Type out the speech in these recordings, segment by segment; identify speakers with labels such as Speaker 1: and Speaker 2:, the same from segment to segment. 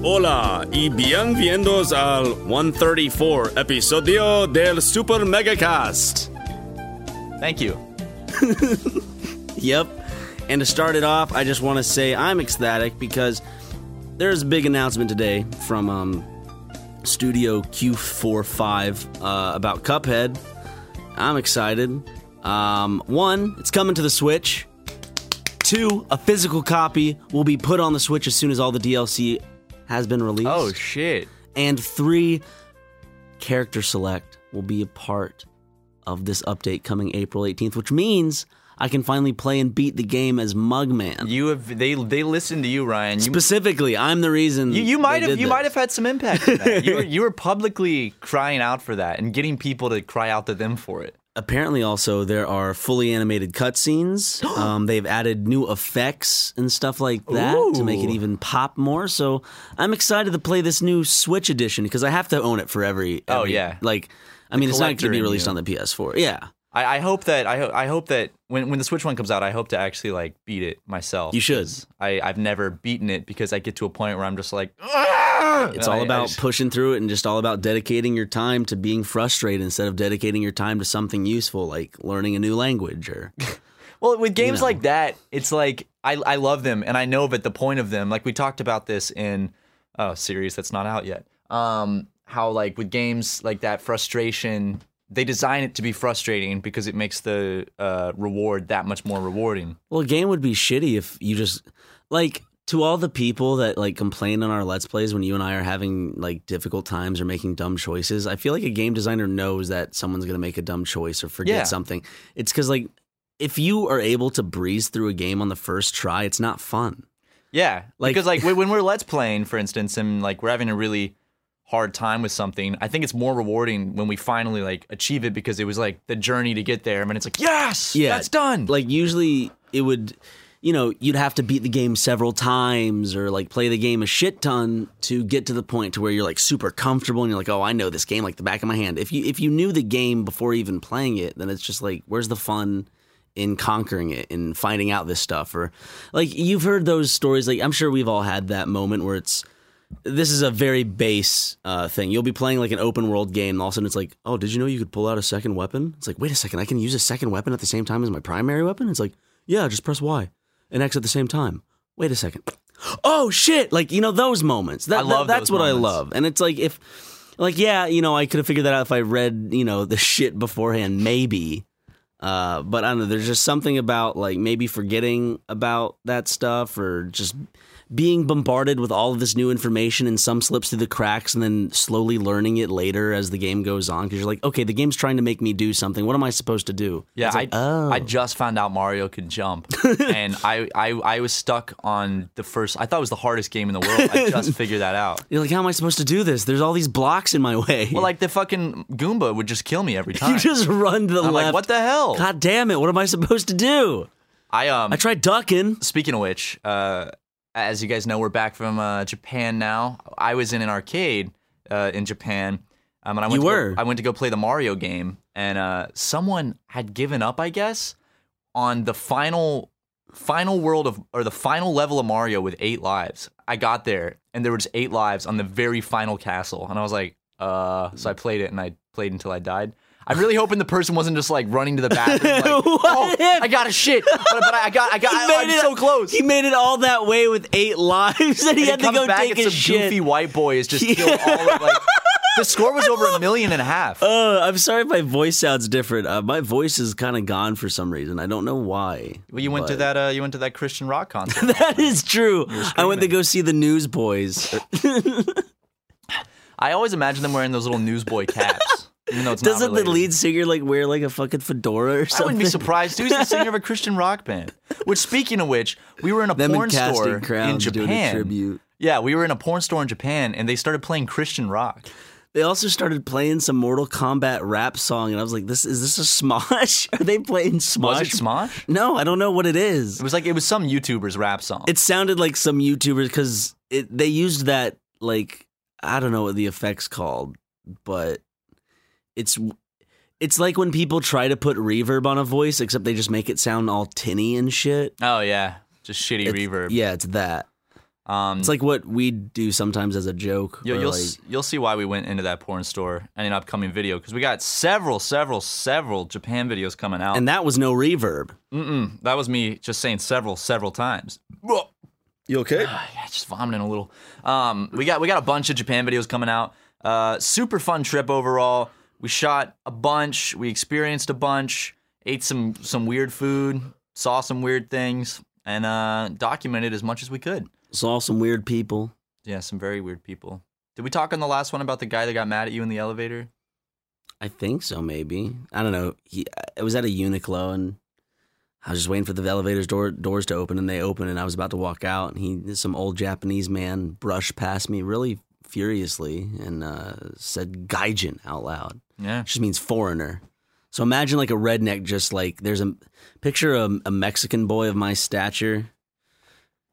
Speaker 1: Hola y bienvenidos al 134 episodio del Super Megacast.
Speaker 2: Thank you.
Speaker 1: Yep. And to start it off, I just want to say I'm ecstatic because there's a big announcement today from um, Studio Q45 uh, about Cuphead. I'm excited. Um, one, it's coming to the Switch. Two, a physical copy will be put on the Switch as soon as all the DLC has been released.
Speaker 2: Oh shit.
Speaker 1: And three, character select will be a part of this update coming April 18th, which means I can finally play and beat the game as Mugman.
Speaker 2: You have they they listened to you, Ryan. You
Speaker 1: Specifically, I'm the reason.
Speaker 2: you, you might
Speaker 1: they
Speaker 2: have
Speaker 1: did
Speaker 2: you
Speaker 1: this.
Speaker 2: might have had some impact. in that. You were you were publicly crying out for that and getting people to cry out to them for it.
Speaker 1: Apparently, also there are fully animated cutscenes. um, they've added new effects and stuff like that to make it
Speaker 2: Ooh.
Speaker 1: even pop more. So I'm excited to play this new Switch edition because I have to own it for every.
Speaker 2: Oh,
Speaker 1: every-
Speaker 2: yeah.
Speaker 1: like I mean, it's not going to
Speaker 2: collector
Speaker 1: be
Speaker 2: in
Speaker 1: released
Speaker 2: you.
Speaker 1: on the PS4. Yeah,
Speaker 2: I, I hope that I, ho- I hope that when, when the Switch one comes out, I hope to actually like beat it myself.
Speaker 1: You should.
Speaker 2: 'Cause I I've never beaten it because I get to a point where I'm just like, "Ah!"
Speaker 1: It's
Speaker 2: And I-
Speaker 1: all
Speaker 2: I
Speaker 1: about
Speaker 2: just-
Speaker 1: pushing through it and just all about dedicating your time to being frustrated instead of dedicating your time to something useful like learning a new language or
Speaker 2: Well, with games
Speaker 1: know.
Speaker 2: like that, it's like I, I love them and I know that the point of them, like we talked about this in oh series that's not out yet. Um, how like with games like that, frustration they design it to be frustrating because it makes the uh, reward that much more rewarding.
Speaker 1: well a game would be shitty if you just like to all the people that like complain on our let's plays when you and I are having like difficult times or making dumb choices I feel like a game designer knows that someone's going to make a dumb choice or forget
Speaker 2: Yeah.
Speaker 1: something it's cuz like if you are able to breeze through a game on the first try it's not fun
Speaker 2: Yeah,
Speaker 1: Like-
Speaker 2: because like when when we're let's playing, for instance, and like we're having a really hard time with something, I think it's more rewarding when we finally like achieve it because it was like the journey to get there, and it's like yes,
Speaker 1: Yeah,
Speaker 2: that's done.
Speaker 1: like usually it would you know you'd have to beat the game several times or like play the game a shit ton to get to the point to where you're like super comfortable and you're like oh i know this game like the back of my hand if you if you knew the game before even playing it then it's just like where's the fun in conquering it and finding out this stuff or like you've heard those stories like i'm sure we've all had that moment where it's this is a very base uh, thing. You'll be playing like an open world game, and all of a sudden it's like, oh, did you know you could pull out a second weapon? It's like, wait a second, I can use a second weapon at the same time as my primary weapon? It's like, yeah, just press Y and X at the same time. Wait a second. Oh shit! Like you know those moments. That,
Speaker 2: I love
Speaker 1: that- that's
Speaker 2: those
Speaker 1: what I
Speaker 2: moments.
Speaker 1: love, and it's like if, like yeah, you know, I could have figured that out if I read you know the shit beforehand, maybe. Uh, but I don't know. There's just something about like maybe forgetting about that stuff or just being bombarded with all of this new information and some slips through the cracks and then slowly learning it later as the game goes on because you're like, okay, the game's trying to make me do something. What am I supposed to do?
Speaker 2: Yeah,
Speaker 1: It's like, uh, "Oh."
Speaker 2: I I just found out Mario could jump, and I, I I was stuck on the first. I thought it was the hardest game in the world. I just figured that out.
Speaker 1: You're like, how am I supposed to do this? There's all these blocks in my way.
Speaker 2: Well, like the fucking Goomba would just kill me every time.
Speaker 1: you just run to the
Speaker 2: I'm
Speaker 1: left.
Speaker 2: like, what the hell?
Speaker 1: God damn it! What am I supposed to do?
Speaker 2: I um.
Speaker 1: I tried ducking.
Speaker 2: speaking of which, uh, as you guys know, we're back from uh, Japan now. I was in an arcade uh, in Japan, um, and I went.
Speaker 1: You
Speaker 2: to go-
Speaker 1: were.
Speaker 2: I went to go play the Mario game, and uh, someone had given up, I guess, on the final, final world of or the final level of Mario with eight lives. I got there, and there was eight lives on the very final castle, and I was like, uh. So I played it, and I played until I died. I'm really hoping the person wasn't just like running to the bathroom, like,
Speaker 1: What
Speaker 2: oh,
Speaker 1: if-
Speaker 2: I got a shit, but, but I got, I got,
Speaker 1: He
Speaker 2: I,
Speaker 1: made
Speaker 2: I'm
Speaker 1: it-
Speaker 2: so close.
Speaker 1: He made it all that way with eight lives, and he
Speaker 2: And
Speaker 1: had to
Speaker 2: comes
Speaker 1: go
Speaker 2: back
Speaker 1: take
Speaker 2: and
Speaker 1: a
Speaker 2: some
Speaker 1: shit.
Speaker 2: goofy white boy is just killed all of like the score was over a million and a half.
Speaker 1: Oh, I'm sorry if my voice sounds different. Uh, my voice is kind of gone for some reason. I don't know why.
Speaker 2: well, you went to
Speaker 1: but-
Speaker 2: that uh, you went to that Christian rock concert.
Speaker 1: That is true. I went to go see the Newsboys.
Speaker 2: I always imagine them wearing those little newsboy caps. even though it's not
Speaker 1: Doesn't the
Speaker 2: related.
Speaker 1: lead singer like wear like a fucking fedora or
Speaker 2: I
Speaker 1: something?
Speaker 2: wouldn't be surprised. Who's the singer of a Christian rock band? Which, speaking of which, we were in a
Speaker 1: Them
Speaker 2: porn
Speaker 1: and
Speaker 2: store
Speaker 1: casting
Speaker 2: in
Speaker 1: crowns doing a
Speaker 2: Japan.
Speaker 1: tribute.
Speaker 2: Yeah, we were in a porn store in Japan, and they started playing Christian rock.
Speaker 1: They also started playing some Mortal Kombat rap song, and I was like, "This is this a smosh? Are they playing smosh?
Speaker 2: Was it Smosh?
Speaker 1: No, I don't know what it is.
Speaker 2: It was like it was some YouTuber's rap song.
Speaker 1: It sounded like some YouTubers because they used that like I don't know what the effects called, but it's it's like when people try to put reverb on a voice, except they just make it sound all tinny and shit.
Speaker 2: oh yeah, just shitty
Speaker 1: It's-
Speaker 2: reverb.
Speaker 1: Yeah, it's that.
Speaker 2: Um,
Speaker 1: It's like what we do sometimes as a joke.
Speaker 2: You'll,
Speaker 1: or
Speaker 2: you'll,
Speaker 1: like-
Speaker 2: s- you'll see why we went into that porn store in an upcoming video because we got several, several, several Japan videos coming out.
Speaker 1: and that was no reverb.
Speaker 2: Mm-mm, that was me just saying several, several times.
Speaker 1: You okay?
Speaker 2: Yeah, just vomiting a little. Um, we got we got a bunch of Japan videos coming out. Uh, super fun trip overall. We shot a bunch. We experienced a bunch. Ate some some weird food. Saw some weird things and uh, documented as much as we could.
Speaker 1: Saw some weird people.
Speaker 2: Yeah, some very weird people. Did we talk on the last one about the guy that got mad at you in the elevator?
Speaker 1: I think so. Maybe I don't know. He I was at a Uniqlo and I was just waiting for the elevator's door doors to open, and they opened, and I was about to walk out, and he some old Japanese man brushed past me really furiously and uh, said "gaijin" out loud,
Speaker 2: Yeah.
Speaker 1: which just means foreigner. So imagine like a redneck, just like there's a picture of a Mexican boy of my stature.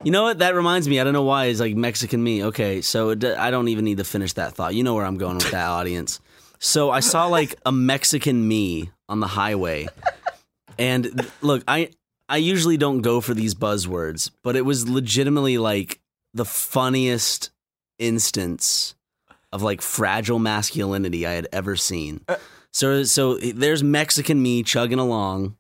Speaker 1: You know what? That reminds me. I don't know why. It's like Mexican me. Okay, so it, I don't even need to finish that thought. You know where I'm going with that audience. So I saw like a Mexican me on the highway. And th- look, I I usually don't go for these buzzwords, but it was legitimately like the funniest instance of like fragile masculinity I had ever seen. So so there's Mexican me chugging along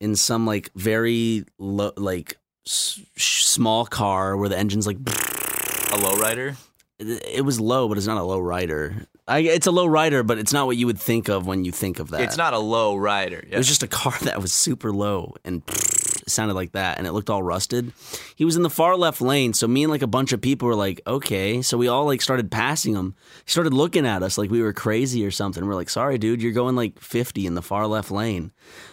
Speaker 1: in some like very low, like s- small car where the engine's like
Speaker 2: a lowrider.
Speaker 1: it was low, but it's not a low rider. I, it's a low rider, but it's not what you would think of when you think of that.
Speaker 2: It's not a low rider.
Speaker 1: It
Speaker 2: Yeah.
Speaker 1: was just a car that was super low and it sounded like that, and it looked all rusted. He was in the far left lane, so me and like a bunch of people were like, okay. So we all like started passing him. He started looking at us like we were crazy or something. We're like, sorry, dude, you're going like 50 in the far left lane.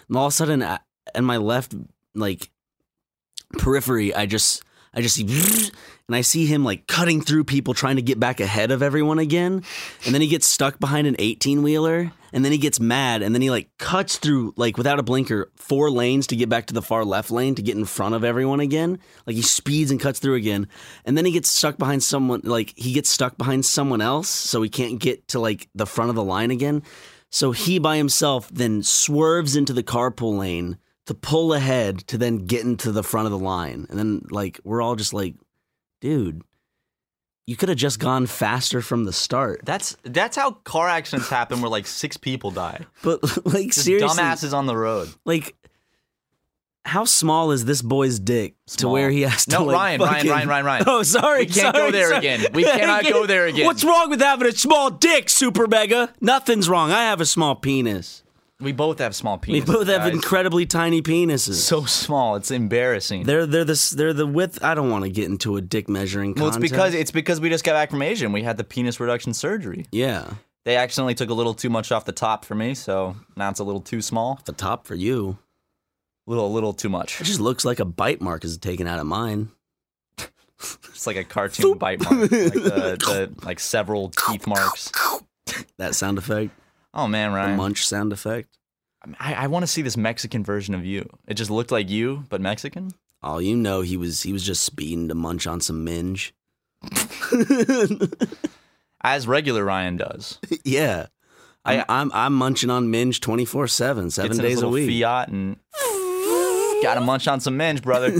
Speaker 1: And all of a sudden, I- in my left like periphery, I just I just see and I see him like cutting through people trying to get back ahead of everyone again. And then he gets stuck behind an 18 wheeler and then he gets mad and then he like cuts through like without a blinker four lanes to get back to the far left lane to get in front of everyone again. Like he speeds and cuts through again. And then he gets stuck behind someone like he gets stuck behind someone else so he can't get to like the front of the line again. So he by himself then swerves into the carpool lane to pull ahead to then get into the front of the line. And then like we're all just like, dude, you could have just gone faster from the start.
Speaker 2: that's that's how car accidents happen where like six people die.
Speaker 1: But like
Speaker 2: Just
Speaker 1: seriously,
Speaker 2: dumbasses on the road.
Speaker 1: like how small is this boy's dick to
Speaker 2: Small.
Speaker 1: where he has to
Speaker 2: No,
Speaker 1: like,
Speaker 2: Ryan, Ryan,
Speaker 1: fucking-
Speaker 2: Ryan, Ryan, Ryan.
Speaker 1: Oh, sorry.
Speaker 2: We can't go
Speaker 1: sorry,
Speaker 2: there
Speaker 1: sorry.
Speaker 2: again. We cannot go there again.
Speaker 1: What's wrong with having a small dick, Super Mega? Nothing's wrong. I have a small penis.
Speaker 2: We both have small
Speaker 1: We
Speaker 2: penises.
Speaker 1: both have
Speaker 2: guys.
Speaker 1: incredibly tiny penises.
Speaker 2: so small. It's embarrassing.
Speaker 1: they're they're this they're the width. I don't want to get into a dick measuring.
Speaker 2: well, it's
Speaker 1: contest.
Speaker 2: because it's because we just got back from Asia and we had the penis reduction surgery.
Speaker 1: yeah,
Speaker 2: They accidentally took a little too much off the top for me, so now it's a little too small.
Speaker 1: the top for you.
Speaker 2: little, a little too
Speaker 1: It
Speaker 2: much.
Speaker 1: just looks like a bite mark is taken out of mine.
Speaker 2: It's like a cartoon bite mark, like, the, the, like several teeth marks.
Speaker 1: That sound effect,
Speaker 2: Oh man,
Speaker 1: the
Speaker 2: Ryan,
Speaker 1: munch sound effect.
Speaker 2: I, I want to see this Mexican version of you. It just looked like you, but Mexican.
Speaker 1: All you know, he was he was just speeding to munch on some minge.
Speaker 2: as regular Ryan does.
Speaker 1: yeah, I'm, I, am i I'm munching on minge 24 seven, seven
Speaker 2: Gets in his
Speaker 1: days a
Speaker 2: little
Speaker 1: week.
Speaker 2: Fiat and gotta munch on some minge, brother.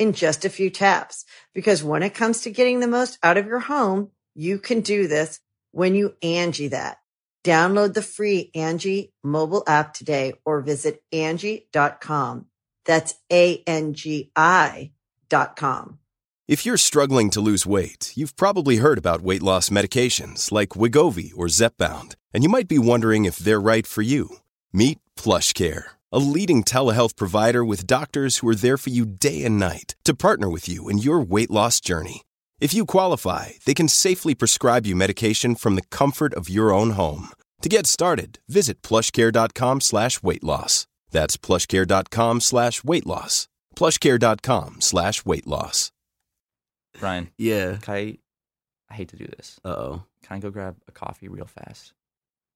Speaker 3: in just a few taps. Because when it comes to getting the most out of your home, you can do this when you Angie that. Download the free Angie mobile app today or visit Angie.com. That's A-N-G-I dot com.
Speaker 4: If you're struggling to lose weight, you've probably heard about weight loss medications like Wigovi or Zepbound, and you might be wondering if they're right for you. Meet PlushCare, a leading telehealth provider with doctors who are there for you day and night to partner with you in your weight loss journey. If you qualify, they can safely prescribe you medication from the comfort of your own home. To get started, visit plushcare.com slash weight loss. That's plushcare.com slash weight loss. plushcare.com slash weight loss.
Speaker 2: Ryan,
Speaker 1: Yeah.
Speaker 2: can I, I hate to do this.
Speaker 1: Uh oh.
Speaker 2: Can I go grab a coffee real fast?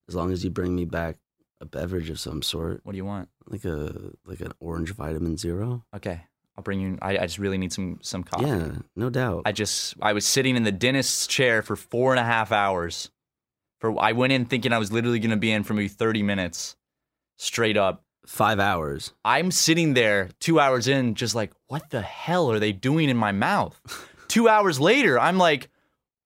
Speaker 1: As long as you bring me back a beverage of some sort,
Speaker 2: What do you want?
Speaker 1: like a like an orange vitamin zero.
Speaker 2: Okay, I'll bring you. I, I just really need some some coffee.
Speaker 1: Yeah, no doubt.
Speaker 2: I just I was sitting in the dentist's chair for four and a half hours. For I went in thinking I was literally gonna be in for maybe thirty minutes, straight up.
Speaker 1: Five hours.
Speaker 2: I'm sitting there two hours in, just like, what the hell are they doing in my mouth? two hours later, I'm like,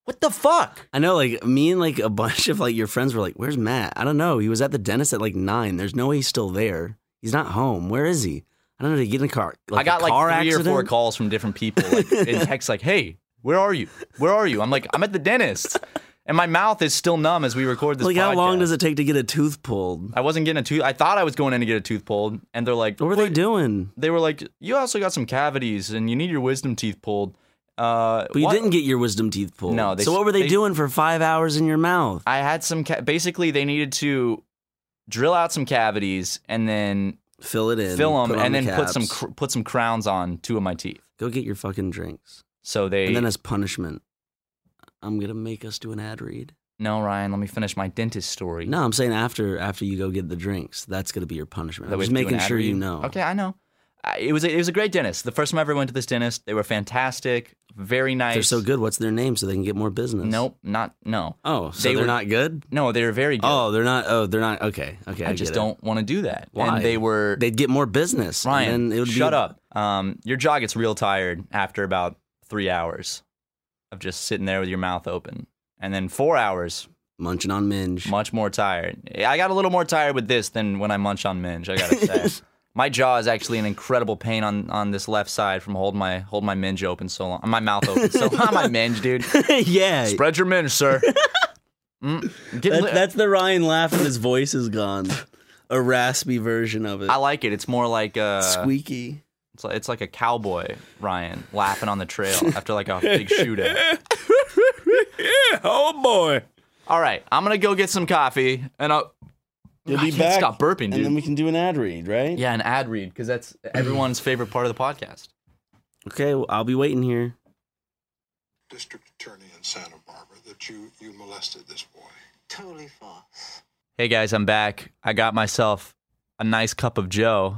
Speaker 2: what the fuck?
Speaker 1: I know, like me and like a bunch of like your friends were like, "Where's Matt?" I don't know. He was at the dentist at like nine. There's no way he's still there. He's not home. Where is he? I don't know. Did he get in a car?
Speaker 2: I got
Speaker 1: a
Speaker 2: like
Speaker 1: car
Speaker 2: three
Speaker 1: accident?
Speaker 2: or four calls from different people like, in text, like, hey, where are you? Where are you? I'm like, I'm at the dentist. And my mouth is still numb as we record this.
Speaker 1: Like, how long
Speaker 2: podcast.
Speaker 1: does it take to get a tooth pulled?
Speaker 2: I wasn't getting a tooth. I thought I was going in to get a tooth pulled, and they're like,
Speaker 1: What were they doing?
Speaker 2: They were like, you also got some cavities, and you need your wisdom teeth pulled. Uh,
Speaker 1: But you
Speaker 2: what-
Speaker 1: didn't get your wisdom teeth pulled.
Speaker 2: No, they-
Speaker 1: so what were they,
Speaker 2: they-
Speaker 1: doing for five hours in your mouth?
Speaker 2: I had some. Ca- basically, they needed to drill out some cavities and then
Speaker 1: Fill it in.
Speaker 2: fill them,
Speaker 1: put on
Speaker 2: and
Speaker 1: the
Speaker 2: then put some
Speaker 1: caps.
Speaker 2: cr- put some crowns on two of my teeth.
Speaker 1: Go get your fucking drinks.
Speaker 2: So they
Speaker 1: And then as punishment, I'm gonna make us do an ad read.
Speaker 2: no, Ryan. Let me finish my dentist story.
Speaker 1: No, I'm saying after after you go get the drinks, that's gonna be your punishment.
Speaker 2: That
Speaker 1: I'm
Speaker 2: we
Speaker 1: just
Speaker 2: have to do an
Speaker 1: making
Speaker 2: ad
Speaker 1: sure you
Speaker 2: read?
Speaker 1: know.
Speaker 2: Okay, I know. I, it was a, it was a great dentist. The first time I ever went to this dentist, they were fantastic, very nice.
Speaker 1: They're so good. What's their name so they can get more business?
Speaker 2: Nope, not no.
Speaker 1: Oh, so
Speaker 2: They
Speaker 1: they are
Speaker 2: were-
Speaker 1: not good.
Speaker 2: No, they were very good.
Speaker 1: Oh, they're not. Oh, they're not. Okay, okay. I,
Speaker 2: I just
Speaker 1: get it.
Speaker 2: don't want to do that.
Speaker 1: Why?
Speaker 2: And they were
Speaker 1: They'd get more business. and
Speaker 2: Ryan.
Speaker 1: then it would be-
Speaker 2: shut up. Um, your jaw gets real tired after about three hours of just sitting there with your mouth open, and then four hours,
Speaker 1: Munching on minge.
Speaker 2: much more tired. I got a little more tired with this than when I munch on minge. I gotta say, my jaw is actually an incredible pain on on this left side from holding my hold my minge open so long, my mouth open so long. my minge, dude.
Speaker 1: yeah.
Speaker 2: Spread your minge, sir. Mm, get
Speaker 1: That-
Speaker 2: li-
Speaker 1: that's the Ryan laugh, and his voice is gone. A raspy version of it.
Speaker 2: I like it. It's more like uh,
Speaker 1: Squeaky.
Speaker 2: It's like, it's like a cowboy, Ryan, laughing on the trail after like a big shootout.
Speaker 1: oh boy. Oh,
Speaker 2: All right, I'm gonna go get some coffee, and I'll
Speaker 1: You'll
Speaker 2: I
Speaker 1: be
Speaker 2: can't
Speaker 1: back.
Speaker 2: stop burping,
Speaker 1: And
Speaker 2: dude.
Speaker 1: then we can do an ad read, right?
Speaker 2: Yeah, an ad read because that's everyone's favorite part of the podcast.
Speaker 1: Okay, well, I'll be waiting here.
Speaker 5: district attorney in Santa Barbara that you, you molested this boy.
Speaker 6: Totally false.
Speaker 2: Hey guys, I'm back. I got myself a nice cup of Joe,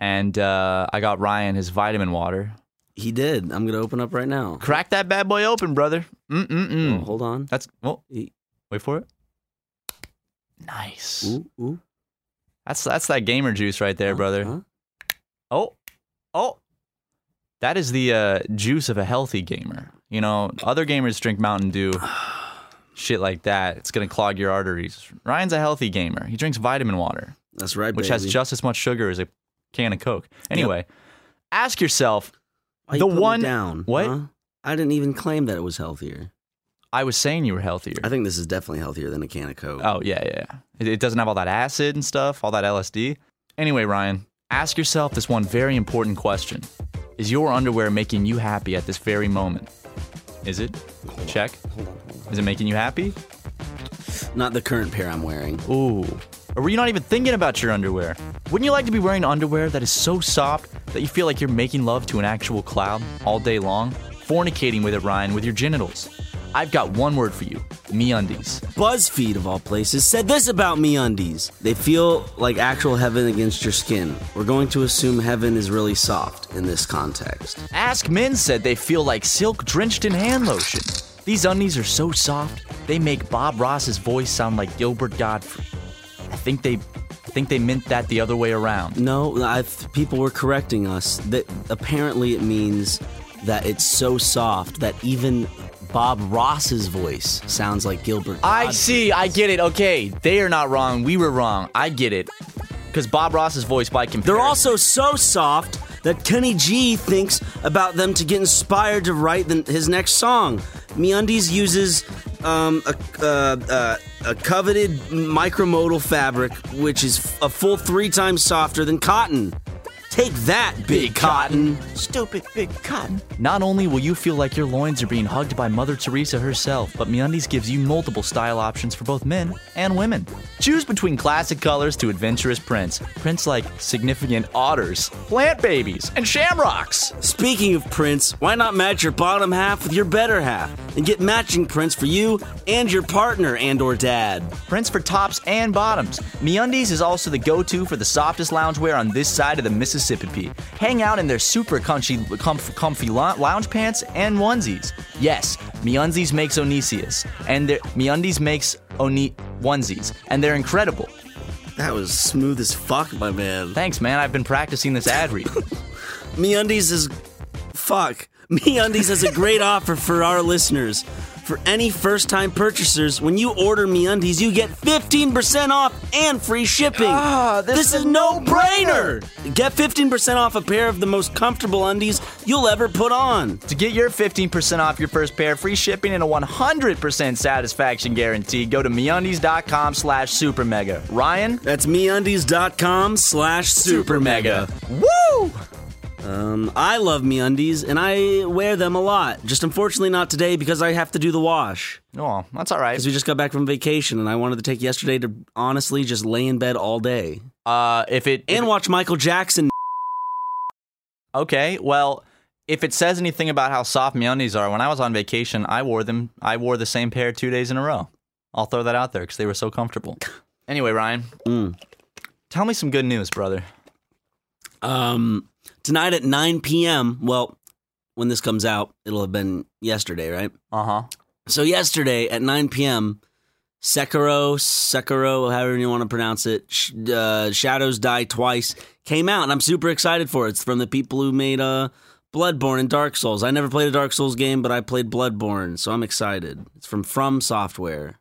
Speaker 2: and uh, I got Ryan his vitamin water.
Speaker 1: He did. I'm gonna open up right now.
Speaker 2: Crack that bad boy open, brother. Mm mm
Speaker 1: Oh, E
Speaker 2: mm.
Speaker 1: hold on.
Speaker 2: That's well.
Speaker 1: He-
Speaker 2: Wait for it. Nice.
Speaker 1: Ooh, ooh. Uh-huh.
Speaker 2: That's that's that gamer juice right there,
Speaker 1: Huh?
Speaker 2: brother.
Speaker 1: Huh?
Speaker 2: Oh, oh, that is the uh, juice of a healthy gamer. You know, other gamers drink Mountain Dew, shit like that. It's gonna clog your arteries. Ryan's a healthy gamer. He drinks vitamin water,
Speaker 1: That's right,
Speaker 2: which has
Speaker 1: baby.
Speaker 2: just as much sugar as a can of Coke. Anyway, ask yourself.
Speaker 1: Why you
Speaker 2: the
Speaker 1: put me
Speaker 2: one-
Speaker 1: down.
Speaker 2: what?
Speaker 1: huh? I didn't even claim that it was healthier.
Speaker 2: I was saying you were healthier.
Speaker 1: I think this is definitely healthier than a can of Coke.
Speaker 2: Oh yeah, yeah. yeah. It, it doesn't have all that acid and stuff, all that LSD. Anyway, Ryan, ask yourself this one very important question: Is your underwear making you happy at this very moment? Is it? Check. Is it making you happy?
Speaker 1: Not the current pair I'm wearing.
Speaker 2: Ooh. Or were you not even thinking about your underwear? Wouldn't you like to be wearing underwear that is so soft that you feel like you're making love to an actual cloud all day long? Fornicating with it, Ryan, with your genitals. I've got one word for you. Me undies.
Speaker 1: BuzzFeed, of all places, said this about me undies. They feel like actual heaven against your skin. We're going to assume heaven is really soft in this context.
Speaker 2: Ask Men said they feel like silk drenched in hand lotion. These undies are so soft, they make Bob Ross's voice sound like Gilbert Godfrey. I think they I think they meant that the other way around.
Speaker 1: No, I've, people were correcting us. That apparently it means that it's so soft that even Bob Ross's voice sounds like Gilbert.
Speaker 2: I
Speaker 1: Godfrey.
Speaker 2: see, I get it. Okay, they are not wrong, we were wrong. I get it. Cuz Bob Ross's voice by comparison
Speaker 1: They're also so soft that Kenny G thinks about them to get inspired to write the, his next song. MeUndies uses um, a, uh, uh, a coveted micromodal fabric, which is f- a full three times softer than cotton. Take that, Big, cotton.
Speaker 6: Stupid big cotton.
Speaker 2: Not only will you feel like your loins are being hugged by Mother Teresa herself, but MeUndies gives you multiple style options for both men and women. Choose between classic colors to adventurous prints, prints like significant otters, plant babies, and shamrocks.
Speaker 1: Speaking of prints, why not match your bottom half with your better half and get matching prints for you and your partner and or dad?
Speaker 2: Prints for tops and bottoms. MeUndies is also the go-to for the softest loungewear on this side of the Mississippi. Hang out in their super comfy, comf- comfy lo- lounge pants and onesies. Yes, MeUndies makes Onesius, and their MeUndies makes Oni onesies, and they're incredible.
Speaker 1: That was smooth as fuck, my man.
Speaker 2: Thanks, man. I've been practicing this ad read.
Speaker 1: MeUndies is fuck. MeUndies has a great offer for our listeners. For any first-time purchasers, when you order MeUndies, you get 15% off and free shipping. Ah, this, is, no brainer. Get 15% off a pair of the most comfortable undies you'll ever put on.
Speaker 2: to get your 15% off your first pair, free shipping, and a 100% satisfaction guarantee, go to MeUndies.com slash supermega. Ryan?
Speaker 1: That's MeUndies.com slash supermega.
Speaker 2: Woo!
Speaker 1: Um, I love MeUndies, and I wear them a lot. Just unfortunately not today because I have to do the wash.
Speaker 2: Oh, that's all right.
Speaker 1: Because we just got back from vacation, and I wanted to take yesterday to honestly just lay in bed all day
Speaker 2: Uh, if it...
Speaker 1: and watch Michael Jackson.
Speaker 2: Okay, well, if it says anything about how soft MeUndies are, when I was on vacation, I wore them. I wore the same pair two days in a row. I'll throw that out there because they were so comfortable. Anyway, Ryan,
Speaker 1: Mm.
Speaker 2: tell me some good news, brother.
Speaker 1: Um, tonight at 9 p.m. Well, when this comes out, it'll have been yesterday, right?
Speaker 2: Uh-huh.
Speaker 1: So yesterday at 9 p.m., Sekiro, Sekiro, however you want to pronounce it, sh- uh, Shadows Die Twice came out, and I'm super excited for it. It's from the people who made uh, Bloodborne and Dark Souls. I never played a Dark Souls game, but I played Bloodborne, so I'm excited. It's from From Software.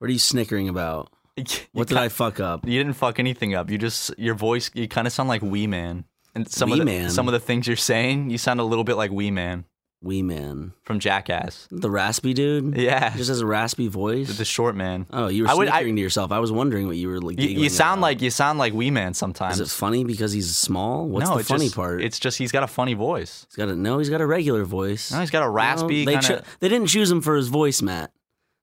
Speaker 1: What are you snickering about? What did I fuck up?
Speaker 2: You didn't fuck anything up. You just your voice. You kind of sound like Wee Man, and some
Speaker 1: Wee
Speaker 2: of the
Speaker 1: Man?
Speaker 2: some of the things you're saying, you sound a little bit like Wee Man
Speaker 1: Wee man,
Speaker 2: from Jackass.
Speaker 1: the raspy dude.
Speaker 2: Yeah,
Speaker 1: He just has a raspy voice.
Speaker 2: the short man.
Speaker 1: oh, you were
Speaker 2: I would- I-
Speaker 1: snickering to yourself. I was wondering what you were like.
Speaker 2: You, you
Speaker 1: giggling
Speaker 2: sound
Speaker 1: about.
Speaker 2: like you sound like Wee Man sometimes.
Speaker 1: Is it funny because he's small? What's
Speaker 2: no,
Speaker 1: the
Speaker 2: it's
Speaker 1: funny
Speaker 2: just-
Speaker 1: part?
Speaker 2: It's just he's got a funny voice.
Speaker 1: He's got a no. He's got a regular voice.
Speaker 2: No, he's got a raspy
Speaker 1: they,
Speaker 2: kind of.
Speaker 1: cho- they didn't choose him for his voice, Matt.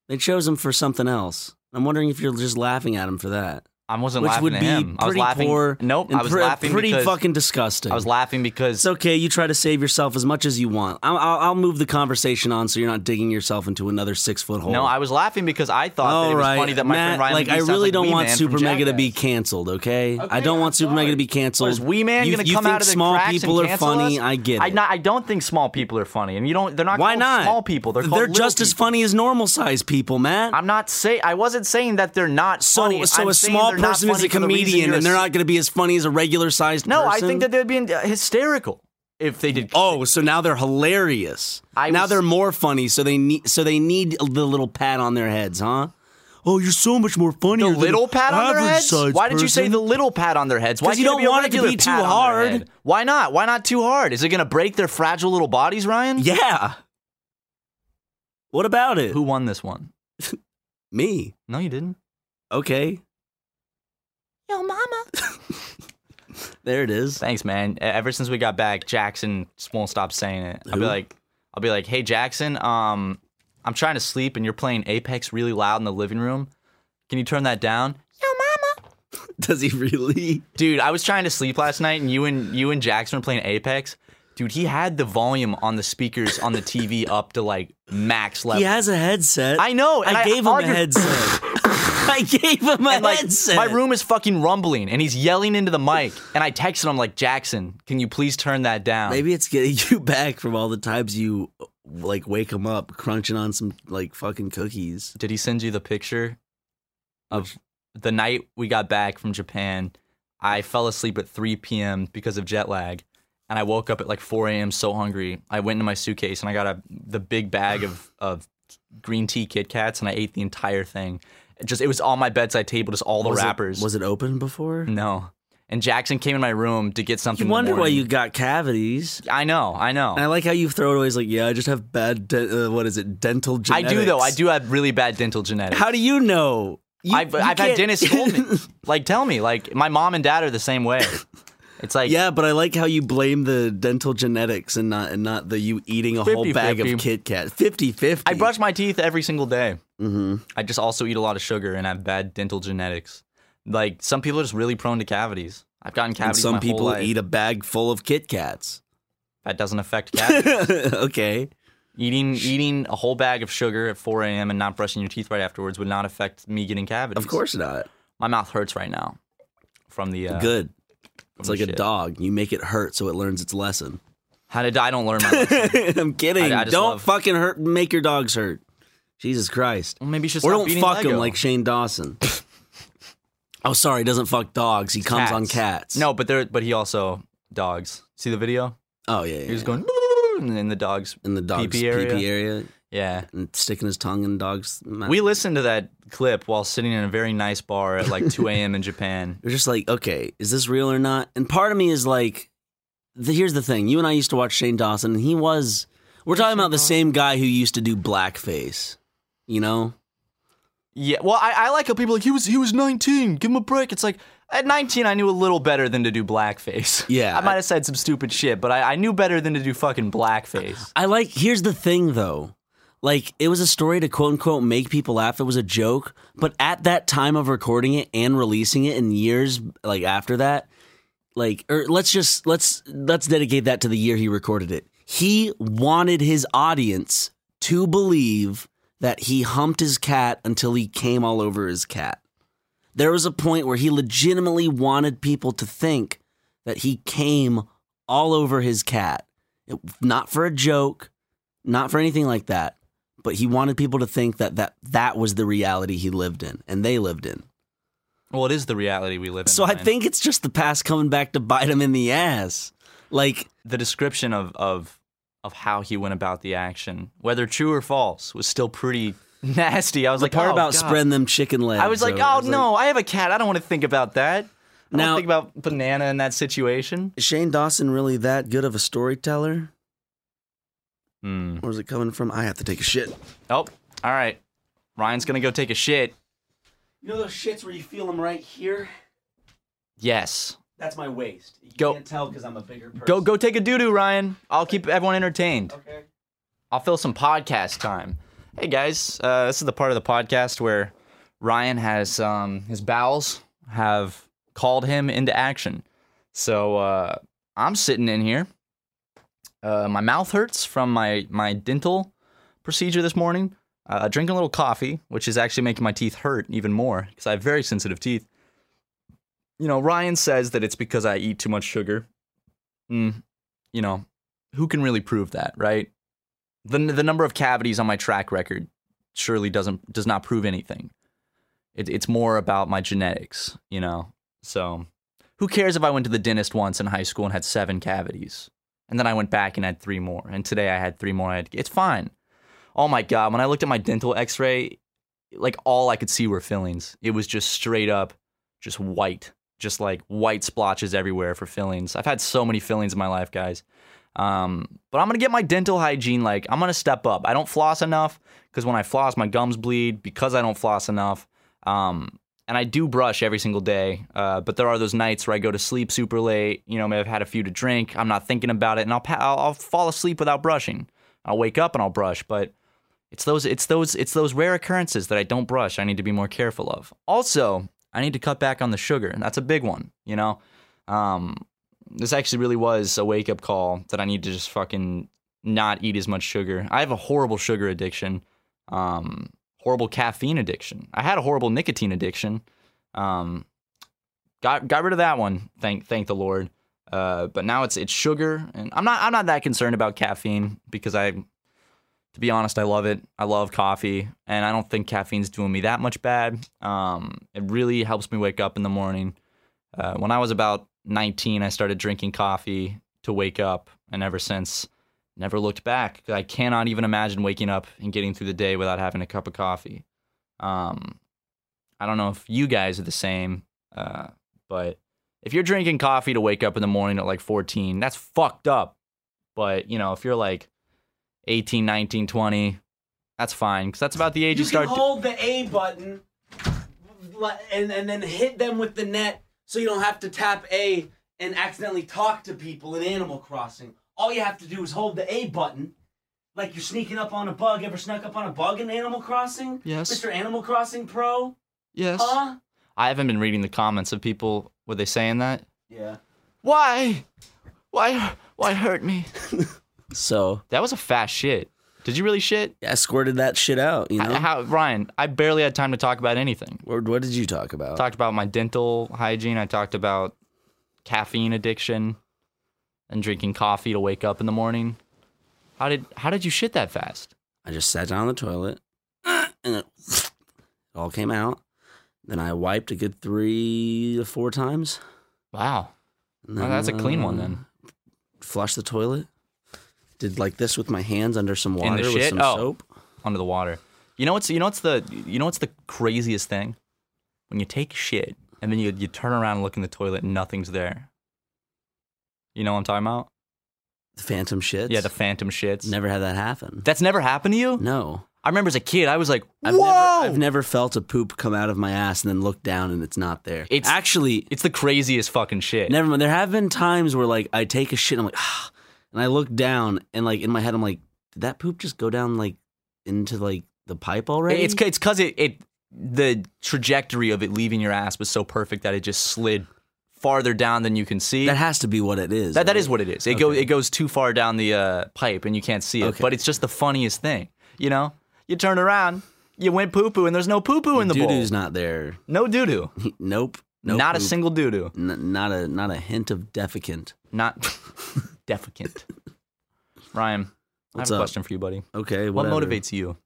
Speaker 1: They chose him for something else. I'm wondering if you're just laughing at him for that,
Speaker 2: I wasn't
Speaker 1: which
Speaker 2: laughing
Speaker 1: would
Speaker 2: at
Speaker 1: be
Speaker 2: him. I was
Speaker 1: pretty
Speaker 2: laughing.
Speaker 1: poor.
Speaker 2: Nope,
Speaker 1: and
Speaker 2: I was
Speaker 1: pre-
Speaker 2: laughing
Speaker 1: Pretty
Speaker 2: because
Speaker 1: fucking disgusting.
Speaker 2: I was laughing because
Speaker 1: It's okay. You try to save yourself as much as you want. I'll, I'll, I'll move the conversation on so you're not digging yourself into another six foot hole.
Speaker 2: no, I was laughing because I thought that
Speaker 1: All
Speaker 2: it was
Speaker 1: right,
Speaker 2: funny that my
Speaker 1: Matt,
Speaker 2: friend Ryan.
Speaker 1: like
Speaker 2: McGee
Speaker 1: I
Speaker 2: sounds
Speaker 1: really
Speaker 2: like
Speaker 1: don't
Speaker 2: Wee
Speaker 1: want
Speaker 2: Man from
Speaker 1: Super Mega to be
Speaker 2: Jackass.
Speaker 1: canceled. Okay, I
Speaker 2: Okay,
Speaker 1: don't
Speaker 2: I'm
Speaker 1: want Super Mega
Speaker 2: sorry.
Speaker 1: to be canceled.
Speaker 2: What, Is Wee Man
Speaker 1: you,
Speaker 2: gonna
Speaker 1: you
Speaker 2: come
Speaker 1: think
Speaker 2: out of the
Speaker 1: small
Speaker 2: cracks and
Speaker 1: people are
Speaker 2: cancel
Speaker 1: funny?
Speaker 2: us?
Speaker 1: I get it.
Speaker 2: I, not, I don't think small people are funny, and you don't. They're not.
Speaker 1: Why
Speaker 2: called
Speaker 1: not?
Speaker 2: Small people. They're,
Speaker 1: Th-
Speaker 2: called
Speaker 1: they're
Speaker 2: little
Speaker 1: just as
Speaker 2: people.
Speaker 1: funny as normal sized people, Matt.
Speaker 2: I'm not saying. I wasn't saying that they're not
Speaker 1: so
Speaker 2: funny.
Speaker 1: so
Speaker 2: I'm
Speaker 1: a
Speaker 2: saying
Speaker 1: small
Speaker 2: they're not
Speaker 1: person is
Speaker 2: funny
Speaker 1: a
Speaker 2: for the reason
Speaker 1: comedian,
Speaker 2: you're
Speaker 1: and they're
Speaker 2: ass-
Speaker 1: not going to be as funny as a regular sized.
Speaker 2: No,
Speaker 1: person?
Speaker 2: I think that they'd be uh, hysterical if they did.
Speaker 1: Oh, so now they're hilarious.
Speaker 2: I
Speaker 1: now
Speaker 2: was-
Speaker 1: they're more funny, so they need so they need the little pat on their heads, huh? Oh, you're so much more funny.
Speaker 2: the little pat on their heads. Why did you say the little pat on their heads? Why
Speaker 1: 'Cause you
Speaker 2: can't
Speaker 1: don't
Speaker 2: be a
Speaker 1: want it to
Speaker 2: regular
Speaker 1: be too
Speaker 2: pat on their
Speaker 1: hard.
Speaker 2: head? Why not? Why not too hard? Is it going to break their fragile little bodies, Ryan?
Speaker 1: Yeah. What about it?
Speaker 2: Who won this one?
Speaker 1: Me.
Speaker 2: No, you didn't.
Speaker 1: Okay.
Speaker 2: Yo, mama.
Speaker 1: There it is.
Speaker 2: Thanks, man. E- Ever since we got back, Jackson just won't stop saying it. I'll
Speaker 1: Who?
Speaker 2: be like, I'll be like, hey Jackson, um, I'm trying to sleep and you're playing Apex really loud in the living room. Can you turn that down?
Speaker 1: Does he really?
Speaker 2: Dude, I was trying to sleep last night, and you and you and Jackson were playing Apex. Dude, he had the volume on the speakers on the TV up to like max level.
Speaker 1: He has a headset.
Speaker 2: I know, and
Speaker 1: I
Speaker 2: I-
Speaker 1: gave him
Speaker 2: all
Speaker 1: a
Speaker 2: your-
Speaker 1: headset. I gave him a
Speaker 2: And, like,
Speaker 1: headset.
Speaker 2: my room is fucking rumbling, and he's yelling into the mic. And I texted him like, Jackson, can you please turn that down?
Speaker 1: Maybe it's getting you back from all the times you like wake him up crunching on some like fucking cookies.
Speaker 2: Did he send you the picture of the night we got back from Japan? I fell asleep at 3 p.m. because of jet lag, and I woke up at like 4 a.m. so hungry. I went into my suitcase and I got a the big bag of of green tea Kit Kats, and I ate the entire thing. It just it was on my bedside table, just all the
Speaker 1: was
Speaker 2: wrappers.
Speaker 1: It, was it open before?
Speaker 2: no? And Jackson came in my room to get Mm, something.
Speaker 1: You
Speaker 2: in the
Speaker 1: wonder why
Speaker 2: morning.
Speaker 1: you got cavities.
Speaker 2: I know. I know.
Speaker 1: And I like how you throw it away. It's like, yeah, I just have bad, de- uh, what is it, dental
Speaker 2: I
Speaker 1: genetics.
Speaker 2: do though. I do have really bad dental genetics.
Speaker 1: How do you know? You-
Speaker 2: I've,
Speaker 1: you
Speaker 2: I've had
Speaker 1: can't-
Speaker 2: Dennis Coleman. like, tell me, like, my mom and dad are the same way. It's like,
Speaker 1: yeah, but I like how you blame the dental genetics and not and not the you eating a whole bag
Speaker 2: 50-50.
Speaker 1: of Kit Kat. 50-50.
Speaker 2: I brush my teeth every single day.
Speaker 1: hmm
Speaker 2: I just also eat a lot of sugar and have bad dental genetics. Like, some people are just really prone to cavities. I've gotten
Speaker 1: And
Speaker 2: cavities.
Speaker 1: some
Speaker 2: my whole
Speaker 1: people
Speaker 2: life.
Speaker 1: eat a bag full of Kit Kats.
Speaker 2: That doesn't affect cavities.
Speaker 1: okay.
Speaker 2: eating eating a whole bag of sugar at 4 a.m. and not brushing your teeth right afterwards would not affect me getting cavities.
Speaker 1: Of course not.
Speaker 2: my mouth hurts right now from the uh,
Speaker 1: Good.
Speaker 2: from
Speaker 1: It's
Speaker 2: the
Speaker 1: like a
Speaker 2: shit.
Speaker 1: dog. You make it hurt so it learns its lesson.
Speaker 2: How did I don't learn my lesson?
Speaker 1: I'm kidding.
Speaker 2: I- I just
Speaker 1: don't
Speaker 2: love-
Speaker 1: fucking hurt. Make your dogs hurt. Jesus Christ.
Speaker 2: Well, maybe you should
Speaker 1: Or
Speaker 2: Mm, stop
Speaker 1: don't
Speaker 2: beating
Speaker 1: fuck him
Speaker 2: Lego.
Speaker 1: like Shane Dawson. oh, sorry, he doesn't fuck dogs. He comes on cats.
Speaker 2: No, but there. But he also dogs. See the video?
Speaker 1: Oh yeah. yeah.
Speaker 2: He was going and then the dogs.
Speaker 1: in the dog's
Speaker 2: pee-pee
Speaker 1: pee
Speaker 2: area.
Speaker 1: area
Speaker 2: Yeah.
Speaker 1: and sticking his tongue in dog's mouth.
Speaker 2: We listened to that clip while sitting in a very nice bar at like 2 a.m. in Japan.
Speaker 1: We're just like, okay, is this real or not? And part of me is like, the, here's the thing. You and I used to watch Shane Dawson, and he was. We're talking about the same guy who used to do blackface. You know,
Speaker 2: Yeah. Well, I, I like how people are like he was he was 19. Give him a break. It's like at 19 I knew a little better than to do blackface.
Speaker 1: Yeah.
Speaker 2: I might have said some stupid shit, but I, I knew better than to do fucking blackface.
Speaker 1: I like. Here's the thing, though. Like, it was a story to quote unquote make people laugh. It was a joke. But at that time of recording it and releasing it, and years like after that, like, or let's just let's let's dedicate that to the year he recorded it. He wanted his audience to believe that he humped his cat until he came all over his cat. There was a point where he legitimately wanted people to think that he came all over his cat. It, not for a joke, not for anything like that, but he wanted people to think that that, that was the reality he lived in and they lived in.
Speaker 2: Well, it is the reality we live in.
Speaker 1: So I
Speaker 2: Ryan.
Speaker 1: think it's just the past coming back to bite him in the ass. Like,
Speaker 2: the description of of of how he went about the action, whether true or false, was still pretty nasty. I was
Speaker 1: the
Speaker 2: like,
Speaker 1: part
Speaker 2: oh,
Speaker 1: about
Speaker 2: God.
Speaker 1: spreading them chicken legs.
Speaker 2: I was like,
Speaker 1: over. I
Speaker 2: oh
Speaker 1: was like,
Speaker 2: no, I have a cat. I don't want to think about that. I
Speaker 1: Now-
Speaker 2: don't think about banana in that situation.
Speaker 1: Is Shane Dawson really that good of a storyteller?
Speaker 2: Hmm.
Speaker 1: Where's it coming from? I have to take a shit.
Speaker 2: Oh, all right. Ryan's gonna go take a shit.
Speaker 1: You know those shits where you feel them right here?
Speaker 2: Yes.
Speaker 1: That's my waist. You
Speaker 2: Go. can't
Speaker 1: tell because I'm a bigger person.
Speaker 2: Go go take a doo doo, Ryan. I'll keep everyone entertained.
Speaker 1: Okay.
Speaker 2: I'll fill some podcast time. Hey guys, uh, this is the part of the podcast where Ryan has um, his bowels have called him into action. So uh, I'm sitting in here. Uh, my mouth hurts from my my dental procedure this morning. Uh, drinking a little coffee, which is actually making my teeth hurt even more because I have very sensitive teeth. You know, Ryan says that it's because I eat too much sugar. Mm, you know, who can really prove that, right? The the number of cavities on my track record surely doesn't does not prove anything. It, it's more about my genetics, you know. So, who cares if I went to the dentist once in high school and had seven cavities, and then I went back and had three more, and today I had three more. I had, it's fine. Oh my god, when I looked at my dental X-ray, like all I could see were fillings. It was just straight up, just white, just like white splotches everywhere for fillings. I've had so many fillings in my life, guys. Um, but I'm gonna get my dental hygiene. Like I'm gonna step up. I don't floss enough because when I floss, my gums bleed because I don't floss enough. Um, and I do brush every single day. Uh, but there are those nights where I go to sleep super late. You know, maybe I've had a few to drink. I'm not thinking about it, and I'll pa- I'll, I'll fall asleep without brushing. I'll wake up and I'll brush, but it's those it's those it's those rare occurrences that I don't brush. I need to be more careful of. Also, I need to cut back on the sugar, and that's a big one. You know, um, this actually really was a wake up call that I need to just fucking not eat as much sugar. I have a horrible sugar addiction, um, horrible caffeine addiction. I had a horrible nicotine addiction. Um, got got rid of that one. Thank thank the Lord. Uh, but now it's it's sugar, and I'm not I'm not that concerned about caffeine because I to be honest, I love it. I love coffee, and I don't think caffeine's doing me that much bad. Um, it really helps me wake up in the morning. Uh, when I was about 19, I started drinking coffee to wake up, and ever since, never looked back. I cannot even imagine waking up and getting through the day without having a cup of coffee. Um, I don't know if you guys are the same, uh, but if you're drinking coffee to wake up in the morning at like 14, that's fucked up. But you know, if you're like 18, 19, 20. That's fine because that's about the age you,
Speaker 7: you can
Speaker 2: start.
Speaker 7: hold the A button le- and, and then hit them with the net so you don't have to tap A and accidentally talk to people in Animal Crossing. All you have to do is hold the A button like you're sneaking up on a bug. Ever snuck up on a bug in Animal Crossing?
Speaker 2: Yes.
Speaker 7: Mr. Animal Crossing Pro?
Speaker 2: yes.
Speaker 7: Huh?
Speaker 2: I haven't been reading the comments of people. Were they saying that?
Speaker 7: Yeah.
Speaker 2: Why? Why? Why hurt me?
Speaker 1: So
Speaker 2: That was a fast shit. Did you really shit?
Speaker 1: I squirted that shit out. You know,
Speaker 2: I- How, Ryan? I barely had time to talk about anything.
Speaker 1: what, what did you talk about?
Speaker 2: talked about my dental hygiene. I talked about caffeine addiction and drinking coffee to wake up in the morning. How did How did you shit that fast?
Speaker 1: I just sat down on the toilet, and it all came out. Then I wiped a good three to four times.
Speaker 2: Wow.
Speaker 1: and
Speaker 2: Oh, that's a clean one
Speaker 1: uh,
Speaker 2: then.
Speaker 1: Flushed the toilet. Did like this with my hands under some
Speaker 2: In the
Speaker 1: water with
Speaker 2: shit?
Speaker 1: some
Speaker 2: Oh.
Speaker 1: soap.
Speaker 2: under the water. You know what's you know what's the you know what's the craziest thing? When you take shit and then you you turn around and look in the toilet and nothing's there. You know what I'm talking about?
Speaker 1: The phantom shits.
Speaker 2: yeah, the phantom shits.
Speaker 1: never had that happen.
Speaker 2: That's never happened to you?
Speaker 1: no.
Speaker 2: I remember as a kid, I was like,
Speaker 1: I've
Speaker 2: "Whoa!"
Speaker 1: never I've never felt a poop come out of my ass and then look down and it's not there.
Speaker 2: It's-
Speaker 1: actually
Speaker 2: it's the craziest fucking shit.
Speaker 1: Never mind. There have been times where like I take a shit and I'm like, ah, and I look down and like in my head I'm like, did that poop just go down like into like the pipe already?
Speaker 2: It's it's cuz it, it the trajectory of it leaving your ass was so perfect that it just slid farther down than you can see.
Speaker 1: that has to be what it is.
Speaker 2: That, that
Speaker 1: right?
Speaker 2: is what it is. It go it goes too far down the uh, pipe and you can't see it.
Speaker 1: Okay.
Speaker 2: But it's just the funniest thing. You know, you turn around, you went poo poo, and there's no poo poo in the bowl.
Speaker 1: Doo-doo's not there.
Speaker 2: no doo doo.
Speaker 1: nope. No
Speaker 2: not a
Speaker 1: poop.
Speaker 2: single doo doo.
Speaker 1: N- not a not a hint of defecant.
Speaker 2: Not defecant. Ryan,
Speaker 1: What's
Speaker 2: I have a
Speaker 1: up?
Speaker 2: question for you, buddy.
Speaker 1: Okay.
Speaker 2: What
Speaker 1: whatever.
Speaker 2: motivates you?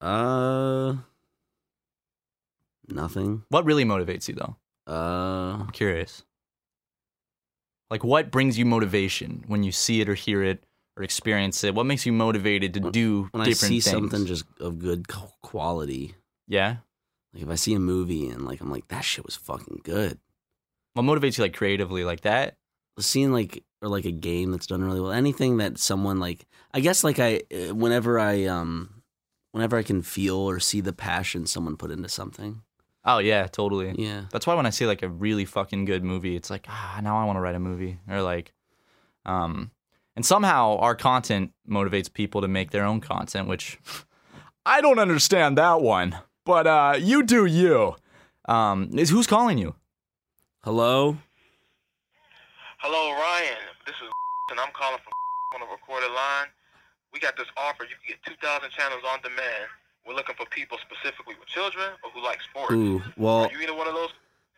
Speaker 1: Uh, nothing.
Speaker 2: What really motivates you, though?
Speaker 1: Uh,
Speaker 2: I'm curious. Like, what brings you motivation when you see it or hear it or experience it? What makes you motivated to do
Speaker 1: when
Speaker 2: different
Speaker 1: I see
Speaker 2: things?
Speaker 1: something just of good qu- quality,
Speaker 2: yeah.
Speaker 1: like if I see a movie and like I'm like that shit was fucking good.
Speaker 2: What motivates you, like creatively, like that?
Speaker 1: seeing like or like a game that's done really well anything that someone like i guess like i uh, whenever i um whenever i can feel or see the passion someone put into something
Speaker 2: Oh yeah, totally.
Speaker 1: yeah
Speaker 2: That's why when I see like a really fucking good movie, it's like, ah, now I want to write a movie. Or like, um, and somehow our content motivates people to make their own content, which I don't understand that one. But uh, you do you. Um, is who's calling you?
Speaker 1: Hello?
Speaker 8: Hello, Ryan. This is and I'm calling from on a recorded line. We got this offer. You can get 2,000 channels on demand. We're looking for people specifically with children or who like sports.
Speaker 1: Ooh, well,
Speaker 8: Are you either one of those?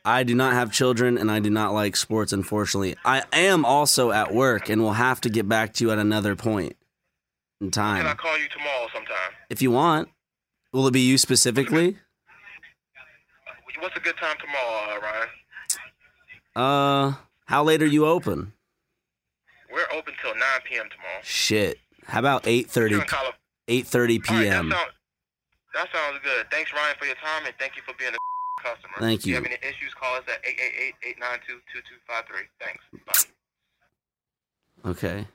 Speaker 1: I do not have children and I do not like sports, unfortunately. I am also at work and will have to get back to you at another point in
Speaker 8: Can I
Speaker 1: time.
Speaker 8: call you tomorrow sometime?
Speaker 1: If you want, will it be you specifically?
Speaker 8: What's a good time tomorrow, uh, Ryan?
Speaker 1: Uh, how late are you open?
Speaker 8: We're open till 9 p.m. tomorrow.
Speaker 1: Shit. How about
Speaker 8: You're
Speaker 1: 8:30
Speaker 8: in Cali-
Speaker 1: 8:30
Speaker 8: All right, that,
Speaker 1: p.m.
Speaker 8: sound- that sounds good. Thanks, Ryan, for your time, and thank you for being a customer.
Speaker 1: Thank
Speaker 8: If you have
Speaker 1: you.
Speaker 8: any issues, call us at 888-892-2253. Thanks. Bye.
Speaker 1: Okay.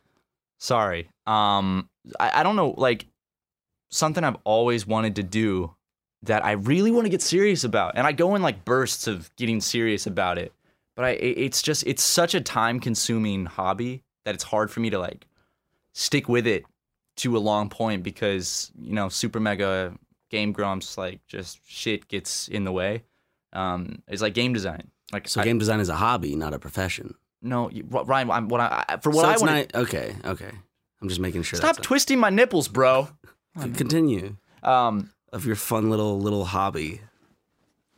Speaker 2: Sorry. Um, I, I don't know. Like something I've always wanted to do that I really want to get serious about, and I go in like bursts of getting serious about it. But I, it- it's just it's such a time consuming hobby that it's hard for me to like stick with it to a long point because you know super mega game grumps like just shit gets in the way. Um, it's like game design. Like
Speaker 1: So
Speaker 2: I-
Speaker 1: game design is a hobby, not a profession.
Speaker 2: no, you- Ryan. I'm, what I, I- for what
Speaker 1: so
Speaker 2: I
Speaker 1: it's
Speaker 2: want. to
Speaker 1: not- okay, okay. I'm just making sure.
Speaker 2: Stop
Speaker 1: that's
Speaker 2: twisting my nipples, bro.
Speaker 1: not- Continue
Speaker 2: Um,
Speaker 1: of your fun little little hobby,